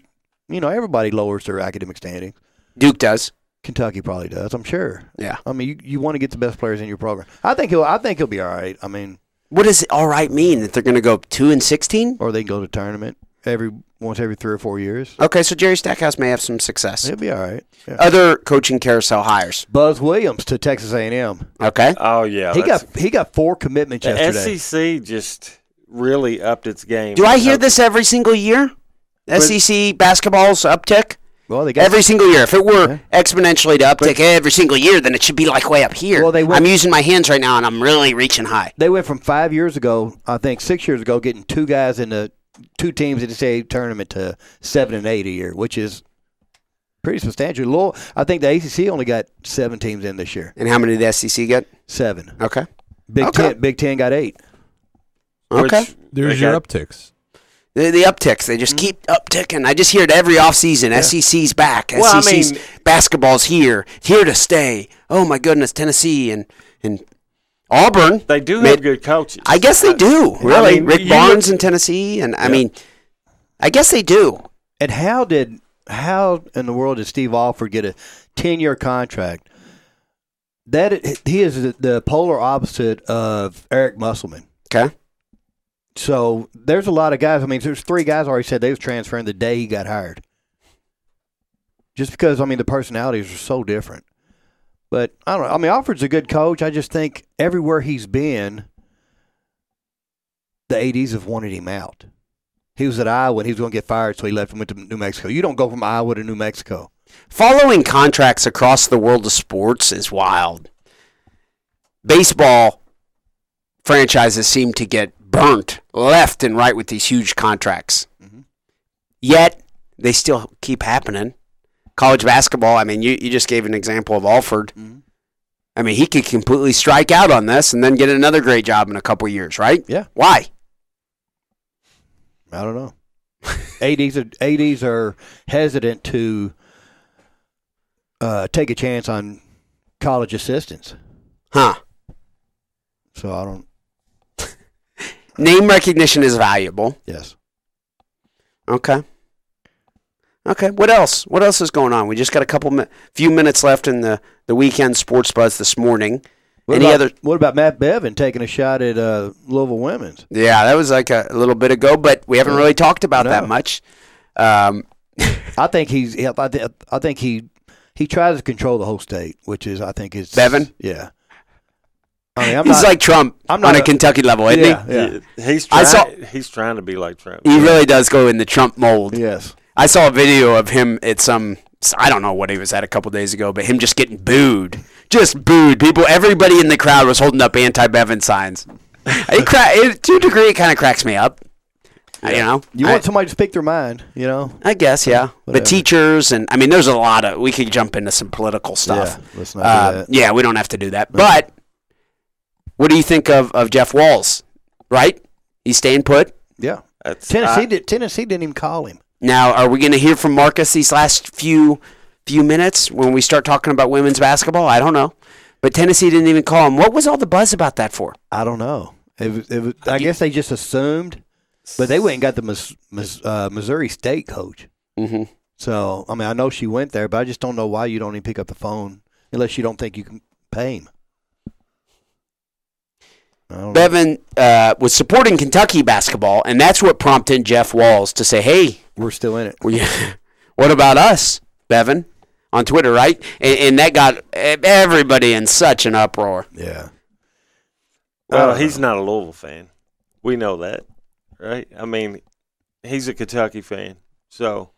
Speaker 2: you know, everybody lowers their academic standing.
Speaker 1: Duke does.
Speaker 2: Kentucky probably does. I'm sure.
Speaker 1: Yeah.
Speaker 2: I mean, you, you want to get the best players in your program. I think he'll. I think he'll be all right. I mean,
Speaker 1: What does all right mean that they're going to go two and sixteen?
Speaker 2: or they can go to tournament every once every three or four years.
Speaker 1: Okay, so Jerry Stackhouse may have some success.
Speaker 2: He'll be all right. Yeah.
Speaker 1: Other coaching carousel hires.
Speaker 2: Buzz Williams to Texas A&M.
Speaker 1: Okay.
Speaker 3: Oh yeah,
Speaker 2: He
Speaker 3: that's-
Speaker 2: got he got four commitments
Speaker 3: the E
Speaker 2: yesterday.
Speaker 3: SEC just really upped its game.
Speaker 1: Do I hear this every single year? SEC basketball's uptick
Speaker 2: Well, they got
Speaker 1: every single year. If it were exponentially to uptick
Speaker 2: But-
Speaker 1: every single year, then it should be like way up here.
Speaker 2: Well, they went-
Speaker 1: I'm using my hands right now, and I'm really reaching high.
Speaker 2: they went from five years ago, I think six years ago, getting two guys in the two teams in the state tournament to seven and eight a year, which is pretty substantial. Low, I think the ACC only got seven teams in this year.
Speaker 1: And how many did the SEC get?
Speaker 2: Seven.
Speaker 1: Okay.
Speaker 2: Big
Speaker 1: Okay.
Speaker 2: Ten. Big Ten got eight.
Speaker 1: Okay.
Speaker 3: Which
Speaker 5: There's
Speaker 3: they
Speaker 5: your
Speaker 3: got-
Speaker 5: upticks.
Speaker 1: the, the upticks, they
Speaker 3: Mm-hmm.
Speaker 1: just keep upticking. I just hear it every offseason. SEC's back.
Speaker 3: Well, I
Speaker 1: SEC's
Speaker 3: mean-
Speaker 1: basketball's here, here to stay. Oh my goodness, Tennessee and and Auburn.
Speaker 3: They do
Speaker 1: Mid-
Speaker 3: have good coaches.
Speaker 1: I guess they do.
Speaker 3: I
Speaker 1: Really,
Speaker 3: mean,
Speaker 1: Rick
Speaker 3: you-
Speaker 1: Barnes in Tennessee, and I mean, I guess they do.
Speaker 2: And how did how in the world did Steve Alford get a ten year contract? That he is the- the polar opposite of Eric Musselman.
Speaker 1: Okay.
Speaker 2: So there's a lot of guys. I mean, there's three guys already said they was transferring the day he got hired. Just because I mean the personalities are so different. But I don't know. I mean, Alfred's a good coach. I just think everywhere he's been, the ADs have wanted him out. He was at Iowa and he was going to get fired, so he left and went to New Mexico. You don't go from Iowa to New Mexico.
Speaker 1: Following contracts across the world of sports is wild. Baseball franchises seem to get burnt left and right with these huge contracts.
Speaker 2: Mm-hmm.
Speaker 1: Yet they still keep happening. College basketball, I mean, you, you just gave an example of Alford.
Speaker 2: Mm-hmm.
Speaker 1: I mean, he could completely strike out on this and then get another great job in a couple years, right?
Speaker 2: Yeah.
Speaker 1: Why?
Speaker 2: I don't know. 80s are, 80s are hesitant to uh, take a chance on college assistants.
Speaker 1: Huh.
Speaker 2: So I don't.
Speaker 1: Name recognition is valuable.
Speaker 2: Yes.
Speaker 1: Okay. Okay. What else? What else is going on? We just got a couple, mi- few minutes left in the the weekend sports buzz this morning.
Speaker 2: What
Speaker 1: Any
Speaker 2: about,
Speaker 1: other?
Speaker 2: What about Matt Bevin taking a shot at uh, Louisville women's?
Speaker 1: Yeah, that was like a, little bit ago, but we haven't really talked about that
Speaker 2: No.
Speaker 1: much. Um,
Speaker 2: I think he's. I, thi- I think he he tries to control the whole state, which is I think is
Speaker 1: Bevin?
Speaker 2: Yeah. I mean, I'm
Speaker 1: he's
Speaker 2: not,
Speaker 1: like Trump
Speaker 2: I'm not
Speaker 1: on a,
Speaker 2: a-
Speaker 1: Kentucky level, isn't
Speaker 2: yeah,
Speaker 1: he?
Speaker 2: yeah,
Speaker 3: He's
Speaker 1: I
Speaker 3: trying.
Speaker 1: saw-
Speaker 3: he's trying to be like Trump.
Speaker 1: He really does go in the Trump mold.
Speaker 2: yes.
Speaker 1: I saw a video of him at some I don't know what he was at a couple days ago, but him just getting booed, just booed. People, everybody in the crowd was holding up anti-Bevin signs. It, cra- it to a degree, it kind of cracks me up. I- You know,
Speaker 2: You
Speaker 1: I,
Speaker 2: want somebody to speak their mind, you know?
Speaker 1: I guess, yeah.
Speaker 2: Whatever.
Speaker 1: The teachers and I mean, there's a lot of. We could jump into some political stuff. Uh,
Speaker 2: Yeah, let's not do that.
Speaker 1: Yeah, we don't have to do that. But what do you think of of Jeff Walls? Right, he's staying put.
Speaker 2: Yeah.
Speaker 3: That's-
Speaker 2: Tennessee
Speaker 1: uh,
Speaker 3: I-
Speaker 2: did. Tennessee didn't even call him.
Speaker 1: Now, are we going to hear from Marcus these last few few minutes when we start talking about women's basketball? I don't know, but Tennessee didn't even call him. What was all the buzz about that for?
Speaker 2: I don't know. It was, it was, I guess they just assumed, but they went and got the Mis, Mis, uh, Missouri State coach.
Speaker 1: Mhm.
Speaker 2: So I mean, I know she went there, but I just don't know why you don't even pick up the phone unless you don't think you can pay him. I don't know.
Speaker 1: Bevin uh, was supporting Kentucky basketball, and that's what prompted Jeff Walls to say, "Hey,
Speaker 2: We're still in it.
Speaker 1: Well, yeah. What about us, Bevan, on Twitter, right? And, and that got everybody in such an uproar.
Speaker 2: Yeah.
Speaker 3: Well,
Speaker 2: Uh,
Speaker 3: he's not a Louisville fan. We know that, right? I mean, he's a Kentucky fan. So,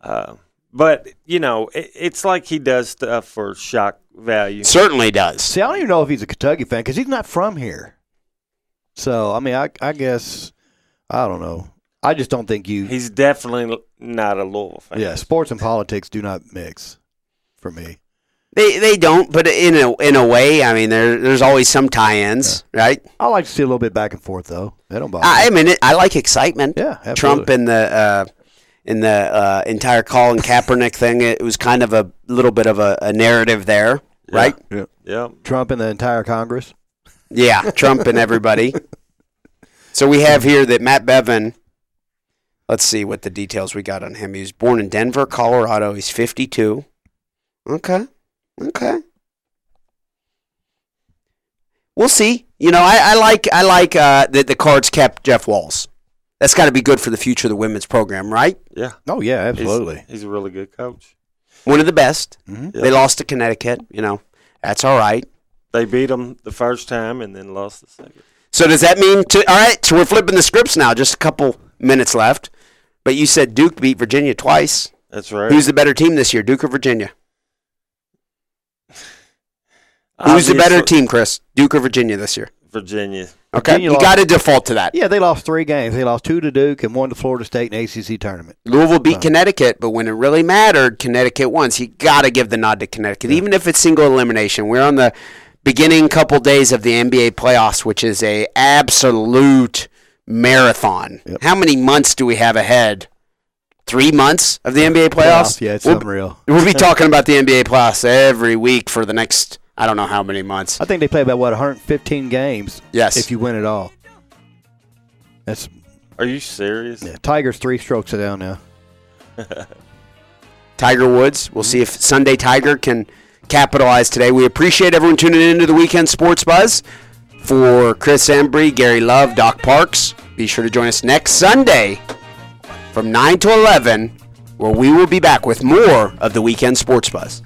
Speaker 3: uh, but you know, it, it's like he does stuff for shock value.
Speaker 1: Certainly does.
Speaker 2: See, I don't even know if he's a Kentucky fan because he's not from here. So I mean, I, I guess I don't know. I just don't think you.
Speaker 3: He's definitely not a Louisville fan.
Speaker 2: yeah, sports and politics do not mix for me.
Speaker 1: They they don't, but in a in a way, I mean, there there's always some tie-ins, right?
Speaker 2: I like to see a little bit back and forth though. They don't bother. me.
Speaker 1: I, I mean, it, I like excitement.
Speaker 2: Yeah, absolutely.
Speaker 1: Trump and the uh, in the uh, entire Colin Kaepernick thing, it was kind of a little bit of a, a narrative there, right?
Speaker 3: Yep.
Speaker 2: Trump and the entire Congress.
Speaker 1: Yeah, Trump and everybody. So we have here that Matt Bevin. Let's see what the details we got on him. He was born in Denver, Colorado. He's 52. Okay. Okay. We'll see. You know, I, I like I like uh, that the cards kept Jeff Walls. That's got to be good for the future of the women's program, right?
Speaker 3: Yeah.
Speaker 2: Oh yeah,
Speaker 3: He's-
Speaker 2: absolutely.
Speaker 3: He's, a really good coach.
Speaker 1: One of the best.
Speaker 2: Mhm.
Speaker 1: They lost to Connecticut. You know, that's all right.
Speaker 3: They beat him the first time and then lost the second.
Speaker 1: So does that mean to all right? So we're flipping the scripts now. Just a couple minutes left. But you said Duke beat Virginia twice.
Speaker 3: That's right.
Speaker 1: Who's the better team this year, Duke or Virginia? Who's the better
Speaker 3: Obviously,
Speaker 1: team, Chris? Duke or Virginia this year?
Speaker 3: Virginia.
Speaker 1: Okay,
Speaker 2: Virginia
Speaker 1: you
Speaker 2: lost.
Speaker 1: got to default to that.
Speaker 2: Yeah, they lost three games. They lost two to Duke and one to Florida State in ACC tournament.
Speaker 1: Louisville beat Connecticut, but when it really mattered, Connecticut won. So you got to give the nod to Connecticut, even if it's single elimination. We're on the beginning couple days of the NBA playoffs, which is a absolute marathon. How many months do we have ahead? Three months of the NBA playoffs.
Speaker 2: Yeah, it's
Speaker 1: We'll-
Speaker 2: unreal.
Speaker 1: We'll be talking about the NBA playoffs every week for the next I don't know how many months.
Speaker 2: I think they play about what 115 games.
Speaker 1: Yes.
Speaker 2: if you win it all. That's
Speaker 3: Are you serious?
Speaker 2: yeah, Tigers three strokes down now.
Speaker 1: Tiger Woods. We'll see if Sunday Tiger can capitalize today. We appreciate everyone tuning in to the weekend sports buzz. For Chris Embry, Gary Love, Doc Parks, be sure to join us next Sunday from 9 to 11, where we will be back with more of the weekend sports buzz.